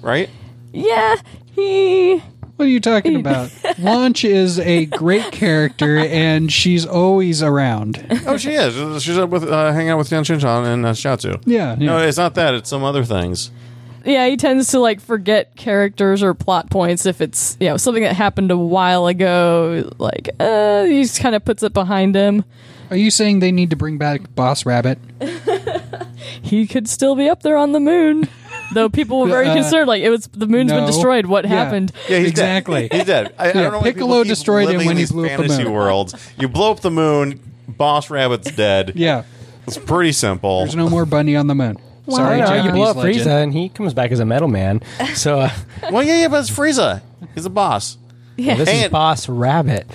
Speaker 1: right?
Speaker 4: Yeah, he.
Speaker 2: What are you talking
Speaker 4: *laughs*
Speaker 2: about? Launch is a great character, and she's always around.
Speaker 1: Oh, she is. She's up with uh, hanging out with Dan Shinchan and uh, Shiatsu.
Speaker 2: Yeah,
Speaker 1: No,
Speaker 2: yeah.
Speaker 1: it's not that. It's some other things.
Speaker 4: Yeah, he tends to like forget characters or plot points if it's you know something that happened a while ago. Like, uh, he just kind of puts it behind him.
Speaker 2: Are you saying they need to bring back Boss Rabbit?
Speaker 4: He could still be up there on the moon, though people were very
Speaker 2: Uh,
Speaker 4: concerned. Like, it was the moon's
Speaker 2: no.
Speaker 4: been destroyed. What
Speaker 2: Yeah.
Speaker 4: happened?
Speaker 1: Yeah, he's
Speaker 2: Exactly.
Speaker 1: Dead. He's dead. I, I
Speaker 2: Yeah,
Speaker 1: don't know why
Speaker 2: Piccolo
Speaker 1: people keep
Speaker 2: destroyed him
Speaker 1: living
Speaker 2: when
Speaker 1: in
Speaker 2: he
Speaker 1: these
Speaker 2: blew up the
Speaker 1: fantasy
Speaker 2: moon.
Speaker 1: worlds. You blow up the moon, Boss Rabbit's dead.
Speaker 2: Yeah,
Speaker 1: It's pretty simple.
Speaker 2: there's no more bunny on the moon. Sorry,
Speaker 3: I don't know, you
Speaker 2: Japanese
Speaker 3: blow up
Speaker 2: legend.
Speaker 3: Frieza and he comes back as a metal man. So uh,
Speaker 1: Well, yeah, yeah, but it's Frieza. He's a
Speaker 2: *laughs*
Speaker 1: boss.
Speaker 3: this is
Speaker 1: And-
Speaker 3: Boss Rabbit,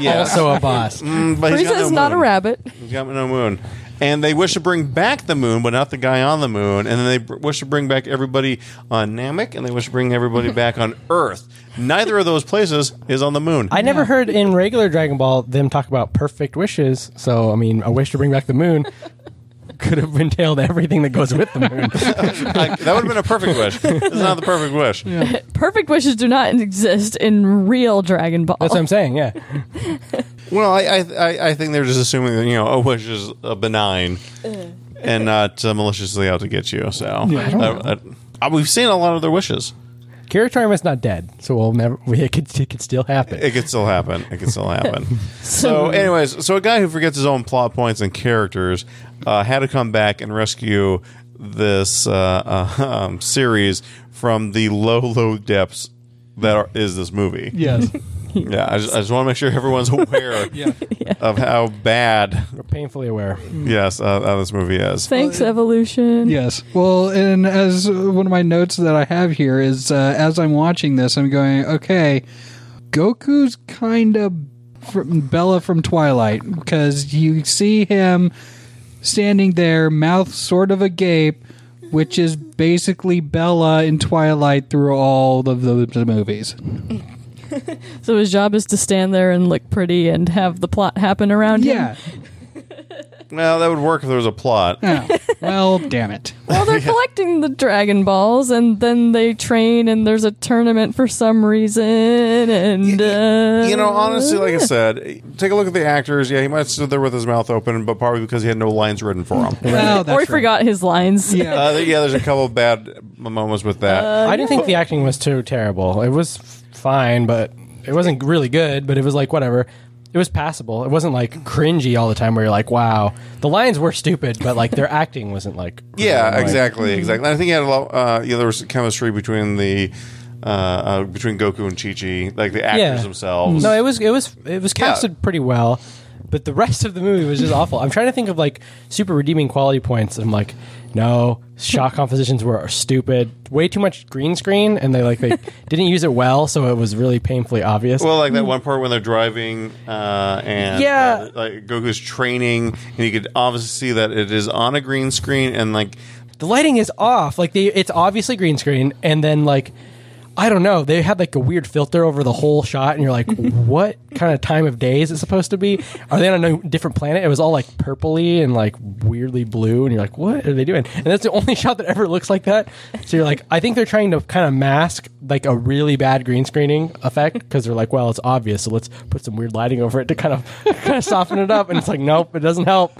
Speaker 1: Yeah.
Speaker 3: also a boss.
Speaker 1: Mm, but he's got
Speaker 4: Frieza
Speaker 1: no
Speaker 4: is not a
Speaker 1: moon.
Speaker 4: rabbit.
Speaker 1: He's got no moon. And they wish to bring back the moon, but not the guy on the moon. And then they br- wish to bring back everybody on Namek, and they wish to bring everybody
Speaker 2: *laughs*
Speaker 1: back on Earth. Neither of those places is on the moon.
Speaker 3: I never heard in regular Dragon Ball them talk about perfect wishes. So I mean, a wish to bring back the moon *laughs* could have entailed everything that goes with the moon.
Speaker 1: Like, that would have been a perfect wish. It's not the perfect wish.
Speaker 4: Perfect wishes do not exist in real Dragon Ball.
Speaker 3: That's what I'm saying. Yeah,
Speaker 1: Well, I, I I I think they're just assuming that you know a wish is uh, benign and not uh, maliciously out to get you. So I- I- I- we've seen a lot of their wishes.
Speaker 3: Kira Toriyama's not dead, so we'll never. *laughs* We, it, could, it could still happen.
Speaker 1: It could still happen. It could *laughs* still happen. so, anyways, so a guy who forgets his own plot points and characters uh, had to come back and rescue this uh, *laughs* uh, um, series from the low, low depths that are, is this movie.
Speaker 2: Yes.
Speaker 1: Yeah, I just, I just want to make sure everyone's aware of how bad,
Speaker 3: We're painfully aware.
Speaker 1: yes, uh, how this movie is.
Speaker 4: Thanks, evolution.
Speaker 2: Yes. Well, and as one of my notes that I have here is uh, as I'm watching this, I'm going, okay, Goku's kind of from Bella from Twilight because you see him standing there, mouth sort of agape, which is basically Bella in Twilight through all of the, the movies.
Speaker 4: So his job is to stand there and look pretty and have the plot happen around
Speaker 2: Yeah.
Speaker 4: him.
Speaker 1: Well, that would work if there was a plot.
Speaker 2: Yeah. well, damn
Speaker 3: *laughs*
Speaker 2: it. *laughs*
Speaker 4: Well, they're collecting the Dragon Balls, and then they train, and there's a tournament for some reason. And uh,
Speaker 1: You know, honestly, like I said, take a look at the actors. Yeah, he might have stood there with his mouth open, but probably because he had no lines written for him.
Speaker 2: Well,
Speaker 4: or he
Speaker 2: Oh, that's right.
Speaker 4: forgot his lines. *laughs*
Speaker 2: Yeah.
Speaker 1: Uh, yeah, there's a couple of bad moments with that.
Speaker 3: I didn't think the acting was too terrible. It was f- fine, but it wasn't really good. But it was like whatever. It was passable. It wasn't like cringy all the time where you're like, wow. The lines were stupid, but like their acting wasn't like.
Speaker 1: yeah,
Speaker 3: really, like-
Speaker 1: exactly, exactly. And I think he had a lot. Uh, yeah, there was chemistry between the uh, uh, between Goku and Chi Chi, like the actors themselves.
Speaker 3: No, it was it was it was
Speaker 1: Yeah.
Speaker 3: casted pretty well, but the *laughs* rest of the movie was just awful. I'm trying to think of like super redeeming quality points. and I'm like, no, shot compositions were stupid. Way too much green screen, and they
Speaker 1: *laughs*
Speaker 3: like they didn't use it well, so it was really painfully obvious.
Speaker 1: well, like that one part when they're driving, uh, and
Speaker 3: Mm. Yeah.
Speaker 1: uh, like Goku's training, and you could obviously see that it is on a green screen, and like
Speaker 3: the lighting is off. Like they, it's obviously green screen, and then like I don't know. They had like a weird filter over the whole shot, and you're like, what kind of time of day is it supposed to be? Are they on a different planet? It was all like purpley and like weirdly blue, and you're like, what are they doing? And that's the only *laughs* shot that ever looks like that. So you're like, I think they're trying to kind of mask like a really bad green screening effect because they're like, well, it's obvious, so let's put some weird lighting over it to kind of *laughs* kind of soften it up. And it's like, nope, it doesn't help.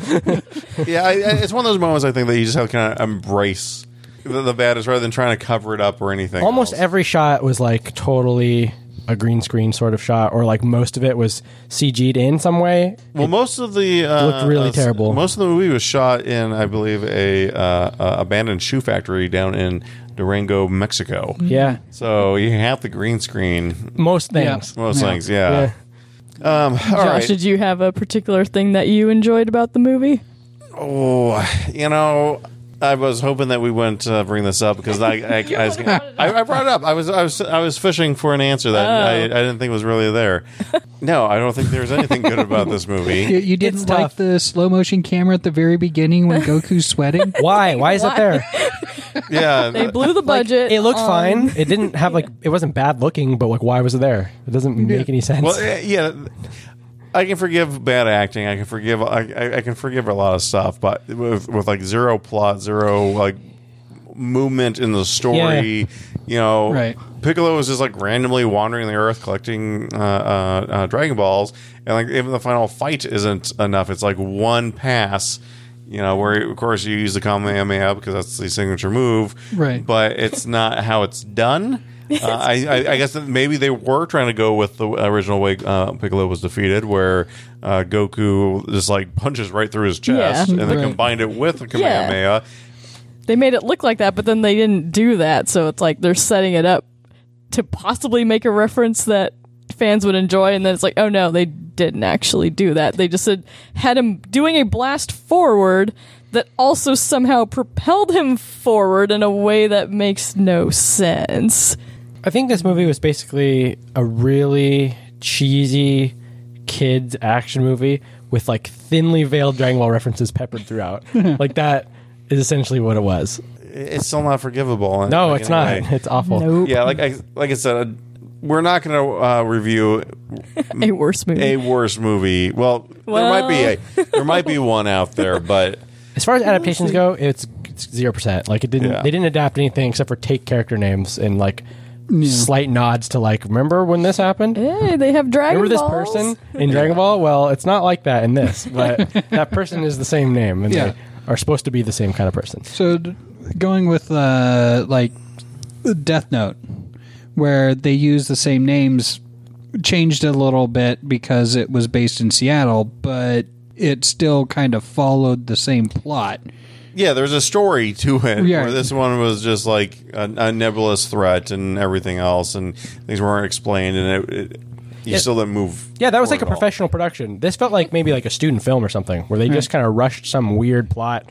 Speaker 1: yeah, I, I- it's one of those moments I think that you just have to kind of embrace the, the badness rather than trying to cover it up or anything.
Speaker 3: almost
Speaker 1: else.
Speaker 3: every shot was like totally a green screen sort of shot, or like most of it was CG'd in some way.
Speaker 1: Well, most of the uh,
Speaker 3: looked really
Speaker 1: uh, s-
Speaker 3: terrible.
Speaker 1: Most of the movie was shot in, I believe, a uh, uh, abandoned shoe factory down in Durango, Mexico.
Speaker 3: Yeah,
Speaker 1: So you have the green screen.
Speaker 3: most things.
Speaker 1: Most
Speaker 2: Yeah.
Speaker 1: things, yeah.
Speaker 3: Yeah.
Speaker 1: Um, all
Speaker 4: Josh,
Speaker 1: right.
Speaker 4: did you have a particular thing that you enjoyed about the movie?
Speaker 1: Oh, you know, I was hoping that we wouldn't uh, bring this up because I I, I, was, I, I brought it up. I was I was I was fishing for an answer that I, I didn't think was really there. No, I don't think there's anything good about this
Speaker 2: You,
Speaker 1: movie.
Speaker 2: *laughs* you didn't
Speaker 3: It's
Speaker 2: like
Speaker 3: tough.
Speaker 2: the slow motion camera at the very beginning
Speaker 3: *laughs*
Speaker 2: when Goku's sweating?
Speaker 3: Why? Why is
Speaker 4: Why? Um.
Speaker 3: it there?
Speaker 1: Yeah,
Speaker 4: They blew the budget.
Speaker 3: Uh, It looked
Speaker 4: on-
Speaker 3: fine. It didn't have like it wasn't bad looking, but like why was it there? It doesn't make any sense.
Speaker 1: Well, eh, yeah, I can forgive bad acting. I can forgive. I, I, I can forgive a lot of stuff, but with, with like zero plot, zero like movement in the story. You know,
Speaker 2: Right.
Speaker 1: Piccolo is just like randomly wandering the earth collecting uh, uh, uh, Dragon Balls, and like even the final fight isn't enough. It's like one pass. You know, where of course you use the Kamehameha because that's the signature move,
Speaker 2: Right.
Speaker 1: But it's not how it's done. Uh,
Speaker 2: *laughs*
Speaker 1: I, I, I guess that maybe they were trying to go with the original way uh, Piccolo was defeated, where uh, Goku just like punches right through his chest,
Speaker 4: Yeah.
Speaker 1: and they
Speaker 2: Right.
Speaker 1: combined it with the Kamehameha.
Speaker 4: They made it look like that, but then they didn't do that. So it's like they're setting it up to possibly make a reference that fans would enjoy, and then it's like, oh no, they didn't actually do that. They just said, had him doing a blast forward that also somehow propelled him forward in a way that makes no sense.
Speaker 3: I think this movie was basically a really cheesy kids action movie with like thinly veiled Dragon Ball references peppered
Speaker 1: *laughs*
Speaker 3: throughout. like that is essentially what it was.
Speaker 1: It's still not forgivable. in-
Speaker 3: No,
Speaker 1: like,
Speaker 3: it's
Speaker 1: in a
Speaker 3: not.
Speaker 1: way.
Speaker 3: It's awful.
Speaker 4: Nope.
Speaker 1: Yeah, like I like I said, uh, we're not going to uh, review
Speaker 4: A worse movie.
Speaker 1: a worse movie. Well, there might be a there might be one out there, but
Speaker 3: As far as adaptations go, it's zero percent. Like it didn't.
Speaker 1: Yeah.
Speaker 3: They didn't adapt anything except for take character names and like slight nods to like remember when this happened.
Speaker 4: Hey, they have Dragon
Speaker 3: Remember this
Speaker 4: Balls.
Speaker 3: person in Dragon Ball? Well, it's not like that in this, but that person is the same name, and
Speaker 2: Yeah.
Speaker 3: they are supposed to be the same kind of person.
Speaker 2: So, d- going with uh, like Death Note, where they use the same names, changed a little bit because it was based in Seattle, but it still kind of followed the same plot.
Speaker 1: yeah, there's a story to it.
Speaker 2: Yeah.
Speaker 1: Where this one was just like a, a nebulous threat and everything else, and things weren't explained, and it, it you still didn't move.
Speaker 3: Yeah, that was like
Speaker 1: forward at
Speaker 3: a
Speaker 1: all. Hmm.
Speaker 3: professional production. This felt like maybe like a student film or something, where they just kind of rushed some weird plot.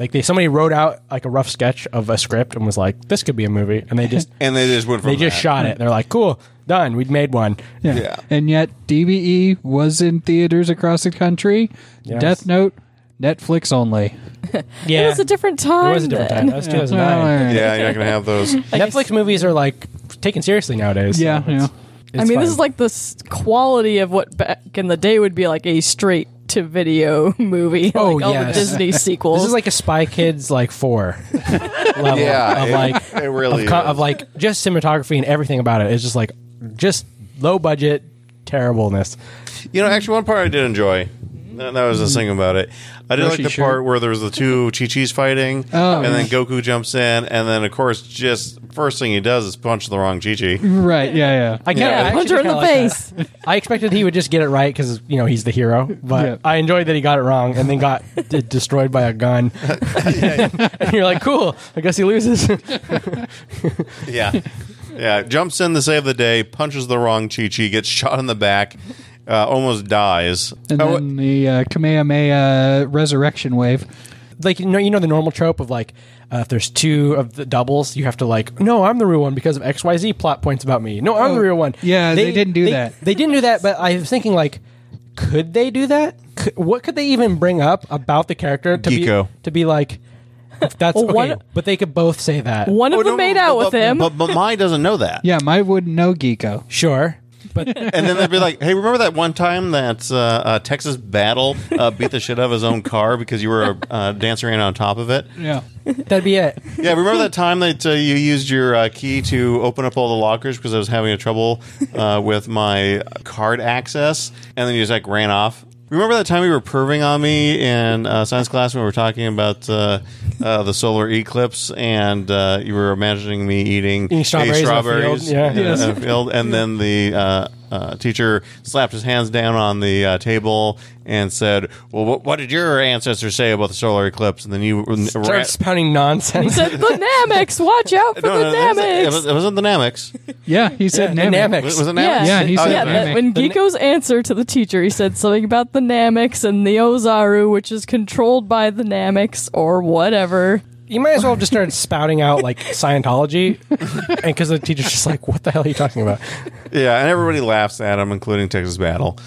Speaker 3: Like they somebody wrote out like a rough sketch of a script and was like, "This could be a movie," and
Speaker 1: *laughs*
Speaker 3: they just
Speaker 1: and they just went. From
Speaker 3: they just
Speaker 1: that.
Speaker 3: shot it. They're like, "Cool, done. We'd made one."
Speaker 1: Yeah.
Speaker 2: And yet, DBE was in theaters across the country.
Speaker 3: Yes.
Speaker 2: Death Note, Netflix only.
Speaker 3: Yeah,
Speaker 4: It was a different time.
Speaker 3: It was a different
Speaker 4: then.
Speaker 3: time. That was 2009.
Speaker 2: Well, all right.
Speaker 1: Yeah, you're not gonna have those.
Speaker 3: Netflix movies are like taken seriously nowadays.
Speaker 2: Yeah,
Speaker 3: So it's-
Speaker 2: yeah.
Speaker 4: I
Speaker 3: it's
Speaker 4: mean,
Speaker 3: fine.
Speaker 4: this is like the s- quality of what back in the day would be like a straight to video *laughs* movie.
Speaker 3: Oh,
Speaker 4: like all the
Speaker 3: yes.
Speaker 4: Disney sequels.
Speaker 3: This is like a Spy Kids like four *laughs*
Speaker 1: *laughs*
Speaker 3: level
Speaker 1: Yeah,
Speaker 3: of
Speaker 1: it-
Speaker 3: like
Speaker 1: it really
Speaker 3: of, co-
Speaker 1: is.
Speaker 3: of like just cinematography and everything about it. It's just like just low budget terribleness.
Speaker 1: You know, actually, one part I did enjoy.
Speaker 2: Mm-hmm.
Speaker 1: That that was the thing about it. I did
Speaker 2: Roshi
Speaker 1: like the
Speaker 2: shirt.
Speaker 1: part where there was the
Speaker 2: *laughs*
Speaker 1: two Chi Chi's fighting,
Speaker 2: Oh.
Speaker 1: and then Goku jumps in, and then of course, just first thing he does is punch the wrong Chi Chi.
Speaker 2: Right, yeah, yeah.
Speaker 3: *laughs* I
Speaker 1: Yeah.
Speaker 3: yeah,
Speaker 4: Punch her in the face.
Speaker 3: I expected he would just get it right because you know he's the hero, but
Speaker 2: Yeah.
Speaker 3: I enjoyed that he got it wrong and then got d- destroyed by
Speaker 1: *laughs*
Speaker 3: a gun. *laughs* and you're like, cool. I guess he loses.
Speaker 1: Yeah, yeah, jumps in to save the day, punches the wrong Chi Chi, gets shot in the back, uh, almost dies.
Speaker 2: And
Speaker 1: Oh,
Speaker 2: then the uh, Kamehameha uh, resurrection wave.
Speaker 3: like you know, you know the normal trope of like uh, if there's two of the doubles, you have to like, no, I'm the real one because of X Y Z plot points about me. No, I'm
Speaker 2: Oh,
Speaker 3: the real one.
Speaker 2: yeah, they didn't do that.
Speaker 3: They didn't do that. But I was thinking like, could they do that? Could, what could they even bring up about the character to
Speaker 1: Geeko.
Speaker 3: be to be like?
Speaker 4: *laughs*
Speaker 3: That's
Speaker 4: Well,
Speaker 3: okay,
Speaker 4: one-
Speaker 3: but they could both say that.
Speaker 4: One of
Speaker 1: Oh,
Speaker 4: them
Speaker 1: no,
Speaker 4: made
Speaker 1: but-
Speaker 4: out
Speaker 1: but-
Speaker 4: with him. *laughs*
Speaker 1: But, but Mai doesn't know that.
Speaker 2: Yeah, Mai wouldn't know Geeko.
Speaker 3: Sure, but
Speaker 1: And then they'd be like, hey, remember that one time that uh, uh, Texas Battle uh, beat the shit out of his own car because you were uh, dancing around on top of it?
Speaker 2: Yeah.
Speaker 3: that'd be it.
Speaker 1: Yeah, remember that time that uh, you used your uh, key to open up all the lockers because I was having a trouble uh, with my card access, and then you just like ran off. Remember that time you were perving on me in uh, science class when we were talking about uh, uh, the solar eclipse, and uh, you were imagining me eating,
Speaker 3: Eating
Speaker 1: a
Speaker 3: strawberries in a
Speaker 1: strawberries uh,
Speaker 3: field, yeah.
Speaker 1: in a- in a field, and then the uh, uh, teacher slapped his hands down on the uh, table and said, "Well, what, what did your ancestors say about the solar eclipse?" And then you
Speaker 3: Starts
Speaker 2: *laughs*
Speaker 3: pounding nonsense.
Speaker 4: said the Namex, watch out for
Speaker 1: *laughs* No,
Speaker 4: the
Speaker 1: no, it, was, it, was,
Speaker 4: Namex.
Speaker 1: it wasn't the Namex.
Speaker 2: Yeah, he said
Speaker 3: Yeah,
Speaker 2: Namek.
Speaker 3: Namek.
Speaker 1: Was, was it Namex?
Speaker 4: Yeah,
Speaker 2: Yeah, he said
Speaker 4: yeah,
Speaker 1: okay.
Speaker 4: that- when
Speaker 3: The na-
Speaker 4: Geeko's answer to the teacher, he said something about the Namex and the Ozaru, which is controlled by the Namex or whatever.
Speaker 3: you might as well have just started spouting out like Scientology, *laughs* and because the teacher's just like, "What the hell are you talking about?"
Speaker 1: Yeah, and everybody laughs at him, including Texas Battle.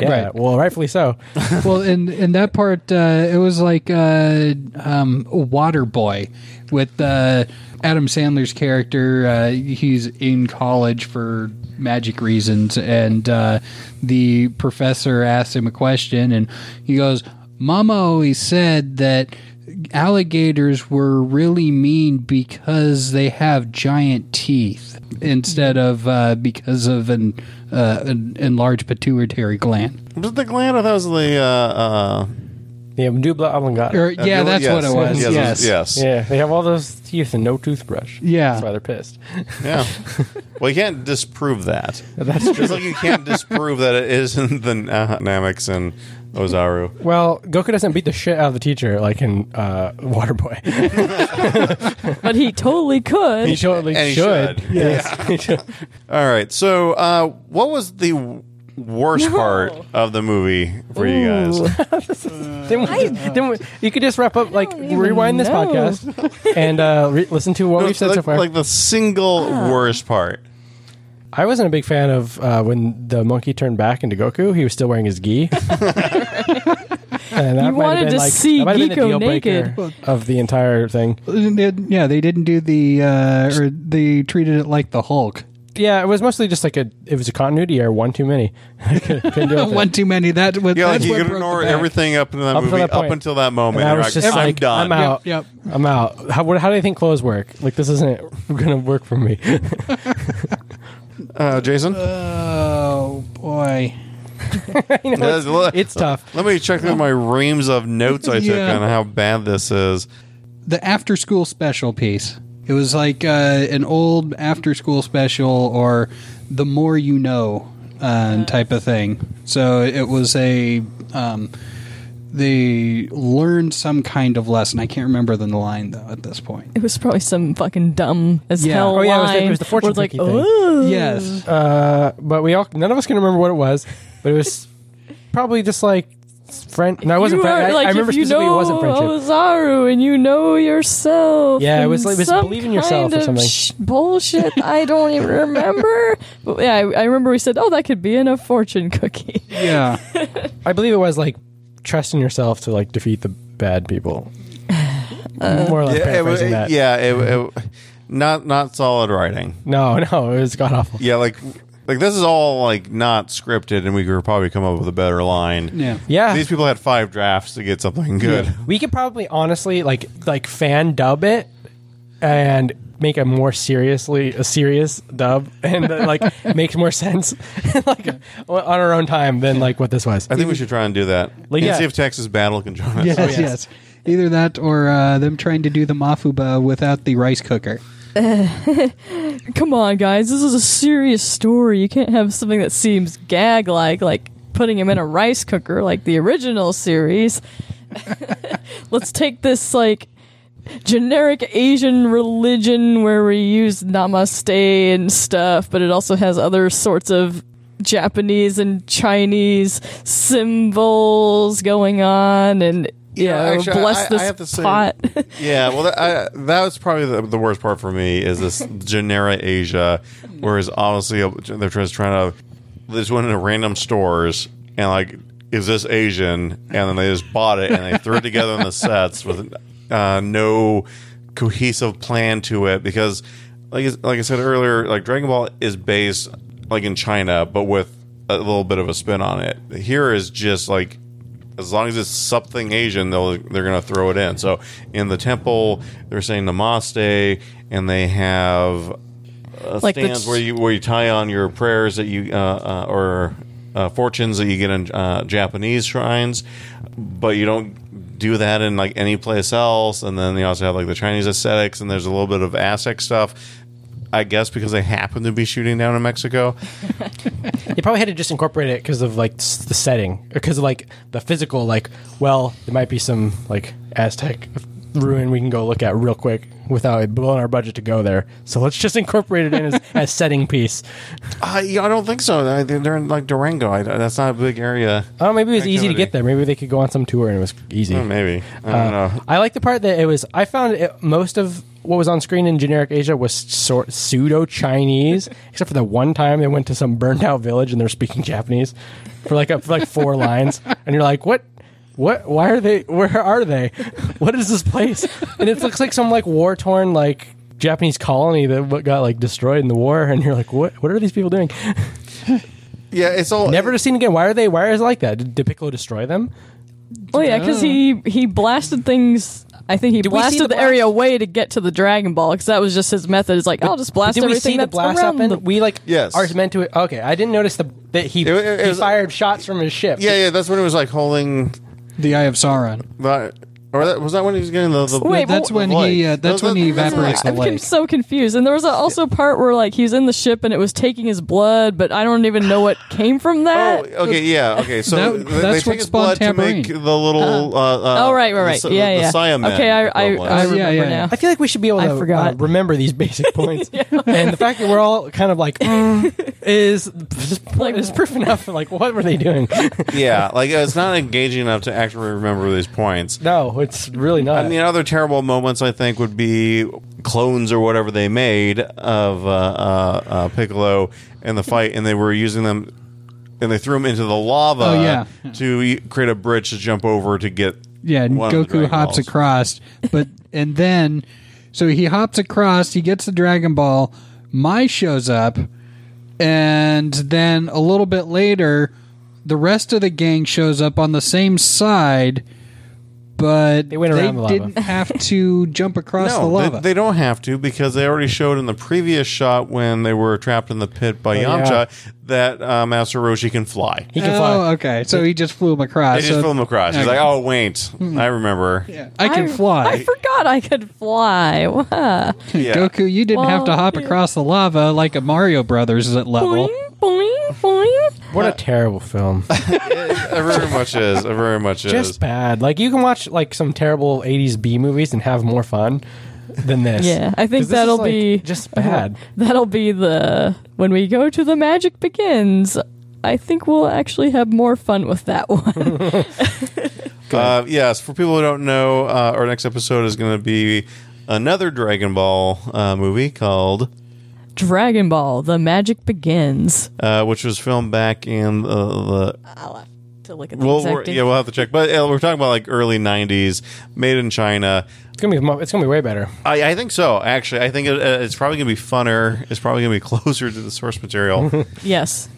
Speaker 3: Yeah,
Speaker 2: Right.
Speaker 3: well, rightfully so.
Speaker 2: *laughs* well, in in that part, uh, it was like uh, um, Water Boy with uh, Adam Sandler's character. Uh, he's in college for magic reasons, and uh, the professor asks him a question, and he goes, "Mama always said that." Alligators were really mean because they have giant teeth instead of uh, because of an, uh, an enlarged pituitary gland.
Speaker 1: Was it the gland? I thought it was the. Uh, uh,
Speaker 3: Yeah, Dubla Oblongata.
Speaker 2: Or, yeah,
Speaker 1: uh,
Speaker 2: that's
Speaker 1: yes,
Speaker 2: what it was.
Speaker 1: Yes.
Speaker 2: Yes.
Speaker 1: yes.
Speaker 3: Yeah, they have all those teeth and no toothbrush.
Speaker 2: Yeah.
Speaker 3: that's why they're pissed. *laughs*
Speaker 1: yeah. Well, you can't disprove that. That's true. Just like you can't disprove that it isn't the uh, Namex and Ozaru.
Speaker 3: Well, Goku doesn't beat the shit out of the teacher like in
Speaker 1: *laughs*
Speaker 3: uh, *laughs* Waterboy.
Speaker 4: But he totally
Speaker 3: he
Speaker 4: could.
Speaker 3: totally
Speaker 1: And he
Speaker 3: should.
Speaker 1: should.
Speaker 3: Yes, *laughs* he should.
Speaker 1: All right. So, uh, what was the worst part of the movie for you guys?
Speaker 3: Then, we, then we, you could just wrap up, like
Speaker 4: don't even
Speaker 3: rewind this
Speaker 4: know. *laughs*
Speaker 3: podcast and uh, re- listen to what we've said
Speaker 1: like,
Speaker 3: so far.
Speaker 1: like the single worst part.
Speaker 3: I wasn't a big fan of uh, when the monkey turned back into Goku. He was still wearing
Speaker 4: *laughs*
Speaker 3: his gi. *laughs* and that
Speaker 4: You
Speaker 3: might have
Speaker 4: wanted
Speaker 3: been,
Speaker 4: to
Speaker 3: like,
Speaker 4: see
Speaker 3: that might have been the
Speaker 4: Geeko
Speaker 3: deal breaker
Speaker 4: naked.
Speaker 3: of the entire thing.
Speaker 2: Yeah, they didn't do the uh, or they treated it like the Hulk.
Speaker 3: Yeah, it was mostly just like a it was a continuity error, one too many. *laughs* Couldn't deal with it.
Speaker 2: One too many. That was
Speaker 1: Yeah, like
Speaker 2: that's
Speaker 1: you
Speaker 2: what
Speaker 1: could
Speaker 2: broke the
Speaker 1: ignore
Speaker 2: back.
Speaker 1: everything up in that
Speaker 3: Up to
Speaker 1: movie
Speaker 3: that
Speaker 1: up
Speaker 3: point.
Speaker 1: until that moment.
Speaker 3: And I
Speaker 1: You're
Speaker 3: was
Speaker 1: like,
Speaker 3: just
Speaker 1: I'm
Speaker 3: like,
Speaker 1: done.
Speaker 3: I'm out.
Speaker 2: Yep,
Speaker 3: I'm out. How, what, how do they think clothes work? Like this isn't *laughs* going to work for me.
Speaker 1: Uh, Jason,
Speaker 2: Oh boy.
Speaker 3: You know, it's,
Speaker 1: Uh,
Speaker 3: it's tough.
Speaker 1: let me check through my reams of notes I took
Speaker 2: Yeah.
Speaker 1: on how bad this is.
Speaker 2: The after school special piece. It was like uh, an old after school special or the more you know uh, type of thing. So it was a um, they learned some kind of lesson. I can't remember the line though at this point.
Speaker 4: It was probably some fucking dumb as
Speaker 2: Yeah.
Speaker 4: hell
Speaker 2: Oh,
Speaker 3: yeah, it was the- it
Speaker 4: line.
Speaker 3: was the fortune
Speaker 4: where it's like,
Speaker 3: cookie thing.
Speaker 4: "Ooh."
Speaker 2: Yes.
Speaker 3: Uh, but we all none of us can remember what it was. But it was probably just like friend. No, it wasn't
Speaker 4: You
Speaker 3: friend.
Speaker 4: are,
Speaker 3: I,
Speaker 4: like,
Speaker 3: I remember
Speaker 4: if you
Speaker 3: specifically
Speaker 4: know
Speaker 3: it wasn't friendship.
Speaker 4: Ozaru and you know yourself.
Speaker 3: Yeah, it was
Speaker 4: and
Speaker 3: like- it was
Speaker 4: some
Speaker 3: believe in yourself
Speaker 4: kind
Speaker 3: or
Speaker 4: of
Speaker 3: something.
Speaker 4: sh- bullshit. I don't even remember. *laughs* But yeah, I, I remember we said, "Oh, that could be in a fortune cookie."
Speaker 2: Yeah.
Speaker 3: I believe it was like trusting yourself to like defeat the bad people. More or less
Speaker 1: Yeah, it, wa-
Speaker 3: paraphrasing that.
Speaker 1: yeah, it- it- not not solid writing.
Speaker 3: No, *laughs* no, it was god awful.
Speaker 1: Yeah, like like this is all like not scripted, and we could probably come up with a better line.
Speaker 2: Yeah.
Speaker 3: Yeah.
Speaker 1: These people had five drafts to get something good.
Speaker 3: we could probably honestly like like fan dub it and make a more seriously a serious dub and uh,
Speaker 1: *laughs*
Speaker 3: like makes more sense *laughs* like on our own time than like what this was.
Speaker 1: I think we should try and do that.
Speaker 3: Like,
Speaker 1: and
Speaker 3: yeah.
Speaker 1: see if Texas Battle can join us.
Speaker 2: Yes,
Speaker 3: yes.
Speaker 2: yes. Either that or uh, them trying to do the mafuba without the rice cooker.
Speaker 4: Come on, guys, this is a serious story. You can't have something that seems gag-like, like putting him in a rice cooker, like the original series. *laughs* Let's take this like generic Asian religion where we use namaste and stuff, but it also has other sorts of Japanese and Chinese symbols going on, and you
Speaker 1: Yeah,
Speaker 4: know,
Speaker 1: actually,
Speaker 4: bless
Speaker 1: I- I
Speaker 4: this
Speaker 1: have to say-
Speaker 4: pot. *laughs*
Speaker 1: Yeah, well, that, I, that was probably the, the worst part for me is this genera Asia, whereas obviously they're just trying to they just went into random stores and like is this Asian, and then they just bought it and they threw it together in the sets with uh, no cohesive plan to it because, like I- like I said earlier, like Dragon Ball is based like in China, but with a little bit of a spin on it. Here is just like as long as it's something Asian, they'll they're gonna throw it in. So in the temple, they're saying Namaste, and they have uh,
Speaker 4: Like the
Speaker 1: stands
Speaker 4: ch-
Speaker 1: where you where you tie on your prayers that you uh, uh, or uh, fortunes that you get in uh, Japanese shrines, but you don't do that in like any place else. And then they also have like the Chinese aesthetics, and there's a little bit of Aztec stuff. I guess because they happen to be shooting down in Mexico.
Speaker 3: They probably had to just incorporate it because of like s- the setting, because of like the physical. Like, well, there might be some like Aztec ruin we can go look at real quick without it blowing our budget to go there. So let's just incorporate it in
Speaker 1: *laughs*
Speaker 3: as a setting piece.
Speaker 1: Uh, yeah, I don't think so. I- They're in like Durango. I, that's not a big area.
Speaker 3: Oh, maybe it was easy to
Speaker 1: Activity.
Speaker 3: get there. Maybe they could go on some tour and it was easy.
Speaker 1: Oh, maybe I
Speaker 2: Uh,
Speaker 1: don't know.
Speaker 3: I like the part that it was. I found it, most of what was on screen in generic Asia was sort pseudo Chinese, *laughs* except for the one time they went to some burned out village and they're speaking Japanese for like a, for like four lines, and you're like, what? What? Why are they? Where are they? What is this place? And it looks like some like war torn like Japanese colony that w- got like destroyed in the war, and you're like, what? What are these people doing? *laughs*
Speaker 1: Yeah, it's all
Speaker 3: Never seen again. Why are they? Why is it like that? Did, did Piccolo destroy them?
Speaker 4: Oh yeah, because he he blasted things. I think he
Speaker 3: we see
Speaker 4: blasted
Speaker 3: the
Speaker 4: the, area
Speaker 3: blast?
Speaker 4: away to get to the Dragon Ball because that was just his method. It's like I'll just blast
Speaker 3: Did we
Speaker 4: everything
Speaker 3: see the
Speaker 4: that's
Speaker 3: blast
Speaker 4: around.
Speaker 3: happen?
Speaker 4: the-
Speaker 3: we like
Speaker 1: Yes.
Speaker 3: are meant to. Okay, I didn't notice the that he,
Speaker 1: It- it- it
Speaker 3: he
Speaker 1: was-
Speaker 3: fired shots from his ship.
Speaker 1: Yeah, yeah, that's when it was like holding
Speaker 2: The Eye of Sauron.
Speaker 1: the, or that, was that when he was getting the, the
Speaker 4: Wait, but
Speaker 2: That's
Speaker 4: Well,
Speaker 2: when
Speaker 1: light.
Speaker 2: he. Uh, that's
Speaker 1: That-
Speaker 2: when he
Speaker 1: that- that's
Speaker 2: evaporates the
Speaker 4: I'm con-
Speaker 2: lake.
Speaker 4: so confused. And there was a, also a part where like he was in the ship and it was taking his blood, but I don't even know what came
Speaker 1: *sighs*
Speaker 4: from
Speaker 1: Oh,
Speaker 4: that.
Speaker 1: okay, yeah, okay. So
Speaker 2: That-
Speaker 1: they- they
Speaker 2: that's
Speaker 1: take
Speaker 2: what Uh-huh.
Speaker 1: his blood
Speaker 2: spawned
Speaker 1: to make the
Speaker 2: Tamarine.
Speaker 1: little. Uh, uh,
Speaker 4: Oh, right, right, right.
Speaker 1: The,
Speaker 4: Yeah,
Speaker 1: the,
Speaker 4: yeah.
Speaker 1: The Siamen
Speaker 4: Okay, I- I-
Speaker 1: equivalent.
Speaker 4: I
Speaker 2: Yeah,
Speaker 4: remember
Speaker 2: yeah.
Speaker 4: now.
Speaker 3: I feel like we should be able
Speaker 4: I
Speaker 3: to uh,
Speaker 4: forgot.
Speaker 3: remember these
Speaker 4: *laughs*
Speaker 3: basic points, and the fact that we're all kind of like mm, is this point
Speaker 4: Like-
Speaker 3: is proof enough. Like, what were
Speaker 1: *laughs*
Speaker 3: they doing?
Speaker 1: yeah, like it's not engaging enough to actually remember these points.
Speaker 3: no, it's really not.
Speaker 1: I mean, other terrible moments I think would be clones or whatever they made of uh, uh, uh, Piccolo in the fight, and they were using them, and they threw them into the lava
Speaker 2: Oh, yeah.
Speaker 1: to e- create a bridge to jump over to get.
Speaker 2: Yeah, and
Speaker 1: one of the
Speaker 2: Goku
Speaker 1: Dragon
Speaker 2: hops
Speaker 1: Balls.
Speaker 2: across, but
Speaker 1: *laughs*
Speaker 2: and then so he hops across, he gets the Dragon Ball, Mai shows up, and then a little bit later, the rest of the gang shows up on the same side, but
Speaker 3: They went around the lava.
Speaker 2: didn't have to jump across the
Speaker 1: No,
Speaker 2: lava.
Speaker 1: they, they don't have to because they already showed in the previous shot when they were trapped in the pit by
Speaker 2: Oh,
Speaker 3: yeah.
Speaker 1: Yamcha that uh, Master Roshi can fly.
Speaker 3: he can fly.
Speaker 2: oh, okay. So he just flew him across.
Speaker 1: They just
Speaker 2: so-
Speaker 1: film him across. He's
Speaker 2: okay.
Speaker 1: like, "Oh, wait, I remember."
Speaker 2: Yeah, I can
Speaker 4: I
Speaker 2: fly.
Speaker 4: forgot I could fly. *laughs* Wow.
Speaker 1: Yeah.
Speaker 2: Goku, you didn't have to
Speaker 4: Well,
Speaker 2: hop
Speaker 4: yeah.
Speaker 2: across the lava like a Mario Brothers level. *laughs*
Speaker 4: Boing, boing, boing.
Speaker 3: what a terrible film.
Speaker 1: *laughs* *laughs* It very much is. It very much is.
Speaker 3: Just bad. Like you can watch like some terrible '80s B movies and have more fun than this.
Speaker 4: Yeah, I
Speaker 3: 'Cause this
Speaker 4: think
Speaker 3: is,
Speaker 4: that'll
Speaker 3: like,
Speaker 4: be
Speaker 1: *laughs*
Speaker 3: just bad.
Speaker 4: That'll be the when we go to the magic begins. I think we'll actually have more fun with that *laughs* one.
Speaker 1: Uh, yes, for people who don't know, uh, our next episode is going to be another Dragon Ball uh, movie called,
Speaker 4: Dragon Ball: The Magic Begins.
Speaker 1: uh, which was filmed back in uh, the.
Speaker 4: I'll have to look at the
Speaker 1: Well,
Speaker 4: exact
Speaker 1: we're,
Speaker 4: date.
Speaker 1: yeah, we'll have to check. But uh, we're talking about like early '90s, made in China.
Speaker 3: It's gonna be. mo- It's gonna be way better.
Speaker 1: I, I think so. Actually, I think it, uh, it's probably going to be funner. It's probably going to be *laughs* closer to the source
Speaker 4: *laughs*
Speaker 1: material.
Speaker 4: Yes.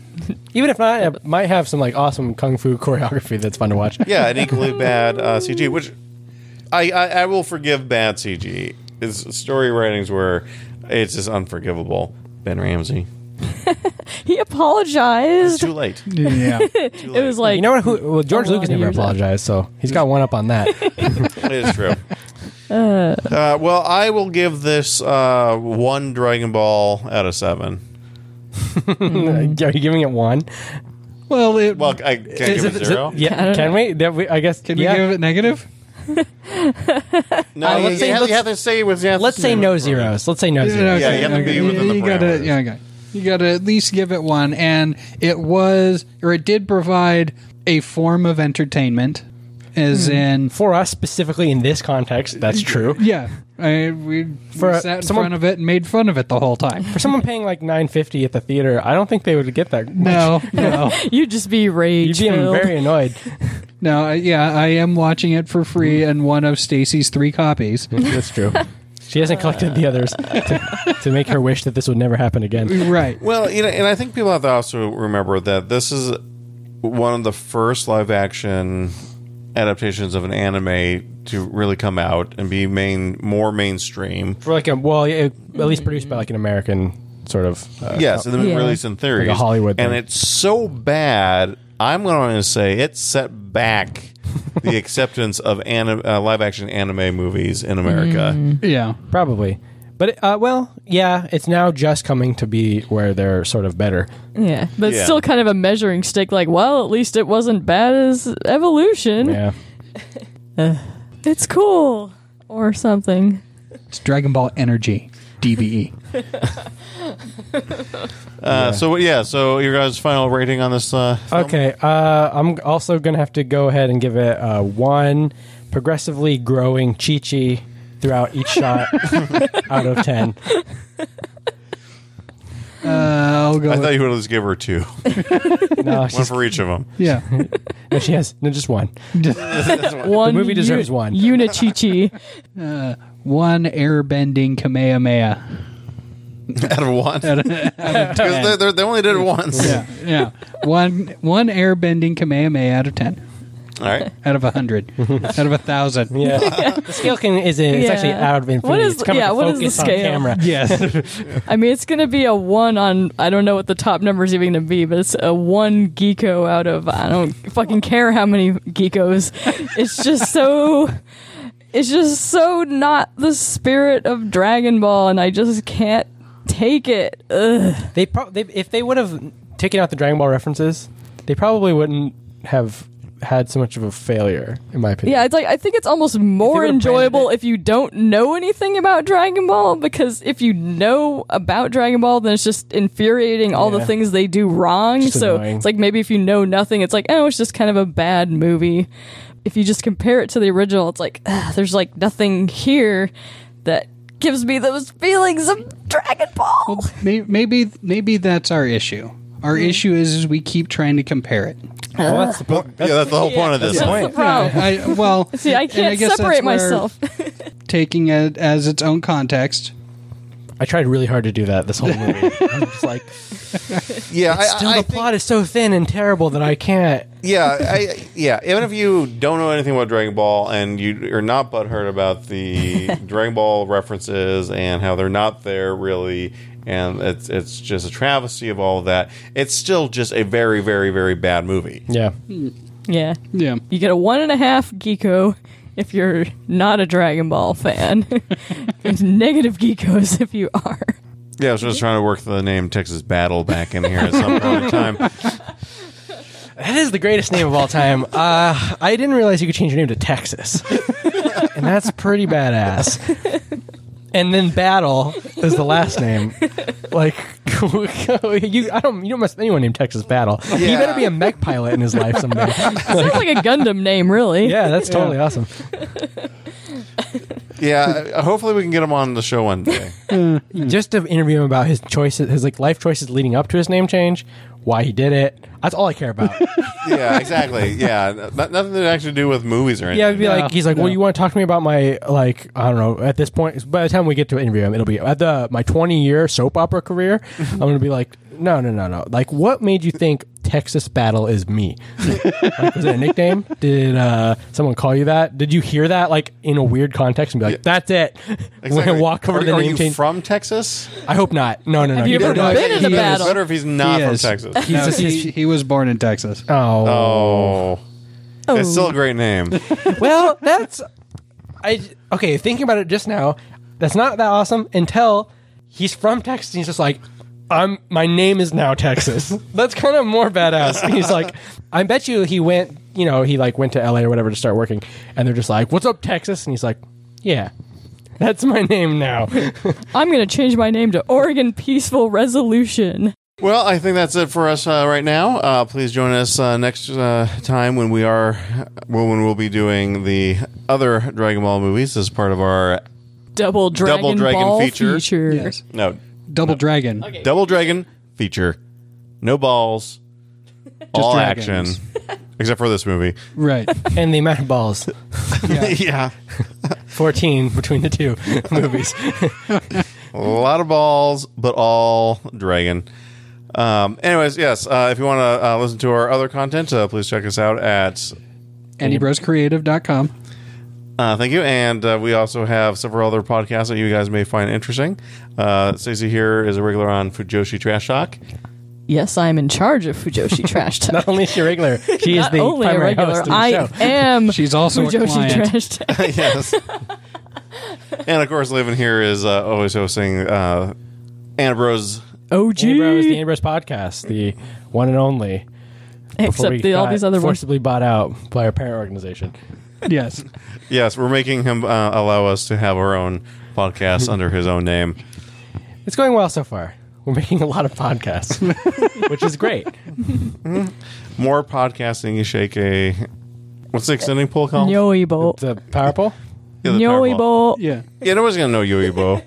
Speaker 3: Even if not, it might have some like awesome kung fu *laughs* choreography that's fun to watch.
Speaker 1: yeah, and equally bad uh, CG, which I, I I will forgive bad CG. It's story writings where it's just unforgivable. Ben Ramsey.
Speaker 4: He
Speaker 1: It's
Speaker 4: apologized.
Speaker 1: too late.
Speaker 2: Yeah.
Speaker 1: Too
Speaker 4: It
Speaker 1: late.
Speaker 4: was like
Speaker 3: You know what? Who, well, George
Speaker 4: A lot
Speaker 3: Lucas
Speaker 4: of
Speaker 3: never
Speaker 4: years out.
Speaker 3: apologized, so he's got one up
Speaker 4: *laughs*
Speaker 3: on that. *laughs*
Speaker 1: It is true. Uh, well, I will give this uh, one Dragon Ball out of seven.
Speaker 3: Are you giving it one?
Speaker 2: Well, it,
Speaker 1: Well, I can't
Speaker 3: Is
Speaker 1: give it
Speaker 3: it- uh, is it-
Speaker 1: zero.
Speaker 4: I
Speaker 3: yeah,
Speaker 4: don't
Speaker 3: can we? That we? I guess.
Speaker 2: can we
Speaker 3: yeah.
Speaker 2: give it negative?
Speaker 1: No,
Speaker 3: Uh,
Speaker 1: you,
Speaker 3: let's say-
Speaker 1: have, you
Speaker 3: let's-
Speaker 1: have to say with yeah.
Speaker 3: Let's say no zeros. Let's say no zeros.
Speaker 1: Yeah, you have to be within the
Speaker 2: you gotta,
Speaker 1: parameters.
Speaker 2: yeah, okay. You gotta at least give it one, and it was, or it did provide a form of entertainment. as
Speaker 3: Hmm.
Speaker 2: in
Speaker 3: For us specifically in this context, that's true.
Speaker 2: yeah, I, we,
Speaker 3: For
Speaker 2: we
Speaker 3: a-
Speaker 2: sat in
Speaker 3: someone-
Speaker 2: front of it and made fun of it the whole
Speaker 3: *laughs*
Speaker 2: time.
Speaker 3: For someone paying like nine fifty at the theater, I don't think they would get that. much.
Speaker 2: No, no,
Speaker 4: You'd just be
Speaker 3: You'd
Speaker 4: rage
Speaker 3: be
Speaker 4: filled. *laughs*
Speaker 3: very annoyed.
Speaker 2: no. I- Yeah, I am watching it for free and one of Stacy's three
Speaker 3: *laughs*
Speaker 2: copies.
Speaker 3: That's true. She hasn't collected the others to, to make her wish that this would never happen again.
Speaker 2: right.
Speaker 1: Well, you know, and I think people have to also remember that this is one of the first live action adaptations of an anime to really come out and be main more mainstream.
Speaker 3: For like a well, yeah, at least produced by like an American sort of. Uh,
Speaker 1: yes, and then
Speaker 4: Yeah.
Speaker 1: released in theory,
Speaker 3: Like a Hollywood
Speaker 1: and
Speaker 3: thing.
Speaker 1: it's so bad. I'm going to say it set back the acceptance of anim- uh, live action anime movies in America.
Speaker 3: Mm.
Speaker 2: Yeah.
Speaker 3: Probably. But uh, well, yeah, it's now just coming to be where they're sort of better.
Speaker 4: Yeah, but
Speaker 1: Yeah.
Speaker 4: it's still kind of a measuring stick. Like, well, at least it wasn't bad as evolution.
Speaker 3: Yeah.
Speaker 4: It's cool or something.
Speaker 2: It's Dragon Ball Energy, E. DBE.
Speaker 1: Uh, So yeah, so your guys' final rating on this? Uh, film?
Speaker 3: Okay. Uh, I'm also gonna have to go ahead and give it uh, one progressively growing chi chi throughout
Speaker 4: *laughs*
Speaker 3: each shot out of ten.
Speaker 2: Uh, I'll go.
Speaker 1: I
Speaker 2: with-
Speaker 1: thought you would at least give her two,
Speaker 3: No,
Speaker 1: one
Speaker 3: she's,
Speaker 1: for each of them.
Speaker 2: yeah.
Speaker 3: no, she has no, just one.
Speaker 4: One
Speaker 3: movie deserves one. *laughs*
Speaker 4: Unichichi.
Speaker 2: *laughs* One airbending Kamehameha.
Speaker 1: *laughs* Out of one. *laughs* Because they, they- they only did it once.
Speaker 2: Yeah. Yeah. one one airbending Kamehameha out of ten.
Speaker 1: All right.
Speaker 2: Out of
Speaker 1: *laughs*
Speaker 2: a hundred. out of a thousand.
Speaker 4: *laughs*
Speaker 3: Yeah, the scale can is it's
Speaker 4: Yeah.
Speaker 3: actually out of infinity.
Speaker 4: What is-
Speaker 3: it's coming
Speaker 4: yeah,
Speaker 3: to
Speaker 4: what is the
Speaker 3: focus on
Speaker 4: scale?
Speaker 3: camera.
Speaker 2: Yes.
Speaker 4: I mean, it's gonna be a one on. I don't know what the top number's even gonna be, but it's a one geeko out of I don't fucking care how many geekos. It's just so. It's just so not the spirit of Dragon Ball, and I just can't take it. Ugh.
Speaker 3: They, pro- they if they would have taken out the Dragon Ball references, they probably wouldn't have had so much of a failure, in my opinion.
Speaker 4: Yeah, it's like I think it's almost more
Speaker 3: would've
Speaker 4: enjoyable
Speaker 3: branded
Speaker 4: if you don't know anything about Dragon Ball because if you know about Dragon Ball, then it's just infuriating all
Speaker 3: Yeah.
Speaker 4: the things they do wrong.
Speaker 3: Just
Speaker 4: so
Speaker 3: annoying.
Speaker 4: it's like maybe if you know nothing, it's like oh, it's just kind of a bad movie. If you just compare it to the original, it's like "Ugh, there's like nothing here that gives me those feelings of Dragon Ball.
Speaker 2: *laughs* May- maybe maybe that's our issue. Our issue is, is we keep trying to compare it.
Speaker 3: Well, that's the point.
Speaker 1: yeah, that's the whole point of this.
Speaker 3: the
Speaker 1: one.
Speaker 3: point.
Speaker 4: *laughs* That's the problem.
Speaker 2: I, well,
Speaker 4: *laughs* See, I
Speaker 2: and
Speaker 4: can't
Speaker 2: guess that's
Speaker 4: separate
Speaker 2: where
Speaker 4: myself. *laughs*
Speaker 2: Taking it as its own context.
Speaker 3: I tried really hard to do that this whole movie.
Speaker 1: *laughs*
Speaker 3: I'm just like,
Speaker 1: Yeah, I,
Speaker 3: still
Speaker 1: Uh, I
Speaker 3: the
Speaker 1: think-
Speaker 3: plot is so thin and terrible that I can't.
Speaker 1: Yeah, I, yeah. Even if you don't know anything about Dragon Ball and you are not butthurt about the
Speaker 3: *laughs*
Speaker 1: Dragon Ball references and how they're not there really, and it's it's just a travesty of all of that. It's still just a very, very, very bad movie.
Speaker 3: Yeah,
Speaker 4: yeah,
Speaker 2: Yeah.
Speaker 4: you get a one and a half geeko if you're not a Dragon Ball
Speaker 3: *laughs*
Speaker 4: fan. There's negative geekos if you are.
Speaker 1: Yeah, I was just trying to work the name Texas Battle back in here at some point in time.
Speaker 3: that is the greatest name of all
Speaker 1: *laughs*
Speaker 3: time. Uh, I didn't realize you could change your name to Texas, and that's pretty badass. And then Battle is the last name. Like *laughs* you, I don't. You don't mess with anyone named Texas Battle. He
Speaker 1: Yeah.
Speaker 3: better be a mech pilot in his
Speaker 1: *laughs*
Speaker 3: life someday.
Speaker 4: Sounds like a Gundam name, really.
Speaker 3: yeah, that's totally awesome.
Speaker 1: *laughs* Yeah, uh, hopefully we can get him on the show one *laughs* day. Hmm.
Speaker 3: Just to interview him about his choices, his like life choices leading up to his name change, why he did it. That's all I care about.
Speaker 1: Yeah, exactly. Yeah, no- nothing to actually do with movies or anything.
Speaker 3: Yeah, it'd be like
Speaker 2: Yeah.
Speaker 3: he's like, well, you want to talk to me about my like I don't know. At this point, by the time we get to interview him, it'll be at the my twenty year soap opera career. I'm gonna be like, no, no, no, no. Like, what made you think Texas Battle is me? *laughs* like, was it a nickname? Did uh, someone call you that? Did you hear that like in a weird context and be like, that's it? *laughs* We're
Speaker 1: Exactly.
Speaker 3: gonna walk over
Speaker 1: are,
Speaker 3: to the
Speaker 1: are
Speaker 3: name
Speaker 1: you
Speaker 3: change.
Speaker 1: from Texas?
Speaker 3: I hope not. No, no, no.
Speaker 4: Have you
Speaker 3: You
Speaker 4: ever
Speaker 3: don't know.
Speaker 4: been in a
Speaker 1: It's
Speaker 4: battle?
Speaker 1: better if he's not
Speaker 2: He
Speaker 1: from
Speaker 2: is.
Speaker 1: Texas.
Speaker 2: No, he, he was born in Texas.
Speaker 3: Oh.
Speaker 1: Oh. It's still a great name.
Speaker 3: well, that's I okay. Thinking about it just now, that's not that awesome until he's from Texas. and He's just like, I'm. My name is
Speaker 4: *laughs*
Speaker 3: now Texas. that's kind of more badass. He's like, I bet you he went. You know, he like went to L.A. or whatever to start working, and they're just like, "What's up, Texas?" And he's like, "Yeah." That's my name now.
Speaker 4: *laughs* I'm gonna change my name to Oregon Peaceful Resolution.
Speaker 1: *laughs* Well, I think that's it for us uh, right now. Uh, please join us uh, next uh, time when we are well, when we'll be doing the other Dragon Ball movies as part of our
Speaker 4: Double Dragon,
Speaker 1: Double Dragon
Speaker 4: Ball
Speaker 1: feature.
Speaker 4: feature.
Speaker 2: Yes.
Speaker 1: no
Speaker 2: Double Dragon.
Speaker 1: Double Dragon feature. No balls, all
Speaker 2: dragons.
Speaker 1: action, except for this movie.
Speaker 2: *laughs* Right.
Speaker 3: and the amount of balls,
Speaker 1: *laughs* yeah,
Speaker 3: fourteen between
Speaker 4: *laughs*
Speaker 3: the two movies.
Speaker 1: a lot of balls, but all dragon. Um, anyways, yes. Uh, if you want to uh, listen to our other content, uh, please check us out at
Speaker 2: AndyBrosCreative.com.
Speaker 1: Uh, thank you. And uh, we also have several other podcasts that you guys may find interesting. Uh, Stacey here is a regular on Fujoshi Trash Talk.
Speaker 4: Yes, I'm in charge of
Speaker 3: *laughs*
Speaker 4: Fujoshi Trash Talk.
Speaker 3: Not only is she a regular, she is
Speaker 4: Not
Speaker 3: the
Speaker 4: only a
Speaker 3: primary
Speaker 4: regular,
Speaker 3: host of the
Speaker 4: I
Speaker 3: show. *laughs*
Speaker 4: am
Speaker 2: She's also a
Speaker 4: Fujoshi
Speaker 2: client.
Speaker 4: Trash Talk.
Speaker 1: yes. *laughs* and of course, living here is uh, always hosting uh, Ambrose.
Speaker 4: OG.
Speaker 3: Andy Bros, the Andy Bros podcast, the one and only. before we
Speaker 4: Except the, all
Speaker 3: got
Speaker 4: these other ones.
Speaker 3: forcibly bought out by our parent organization.
Speaker 2: Yes.
Speaker 1: Yes, we're making him uh, allow us to have our own podcast under his own name.
Speaker 3: It's going well so far. We're making a lot of podcasts, *laughs* which is great.
Speaker 1: More podcasting you shake a. What's the extending pool called?
Speaker 4: Nyoibo.
Speaker 3: The power pole.
Speaker 1: Yeah, the Powerball.
Speaker 4: Nyoibo.
Speaker 2: Yeah.
Speaker 1: Yeah, nobody's going to know Yoibo.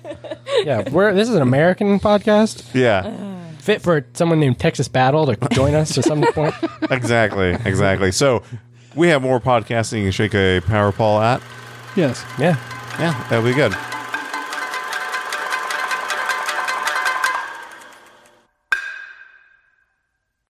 Speaker 3: Yeah, we're this is an American podcast.
Speaker 1: yeah.
Speaker 3: Fit for someone named Texas Battle to join us at some
Speaker 4: *laughs*
Speaker 3: point.
Speaker 1: exactly, exactly. So we have more podcasting you shake a power paw at.
Speaker 2: Yes.
Speaker 3: Yeah.
Speaker 1: Yeah, that'd be good.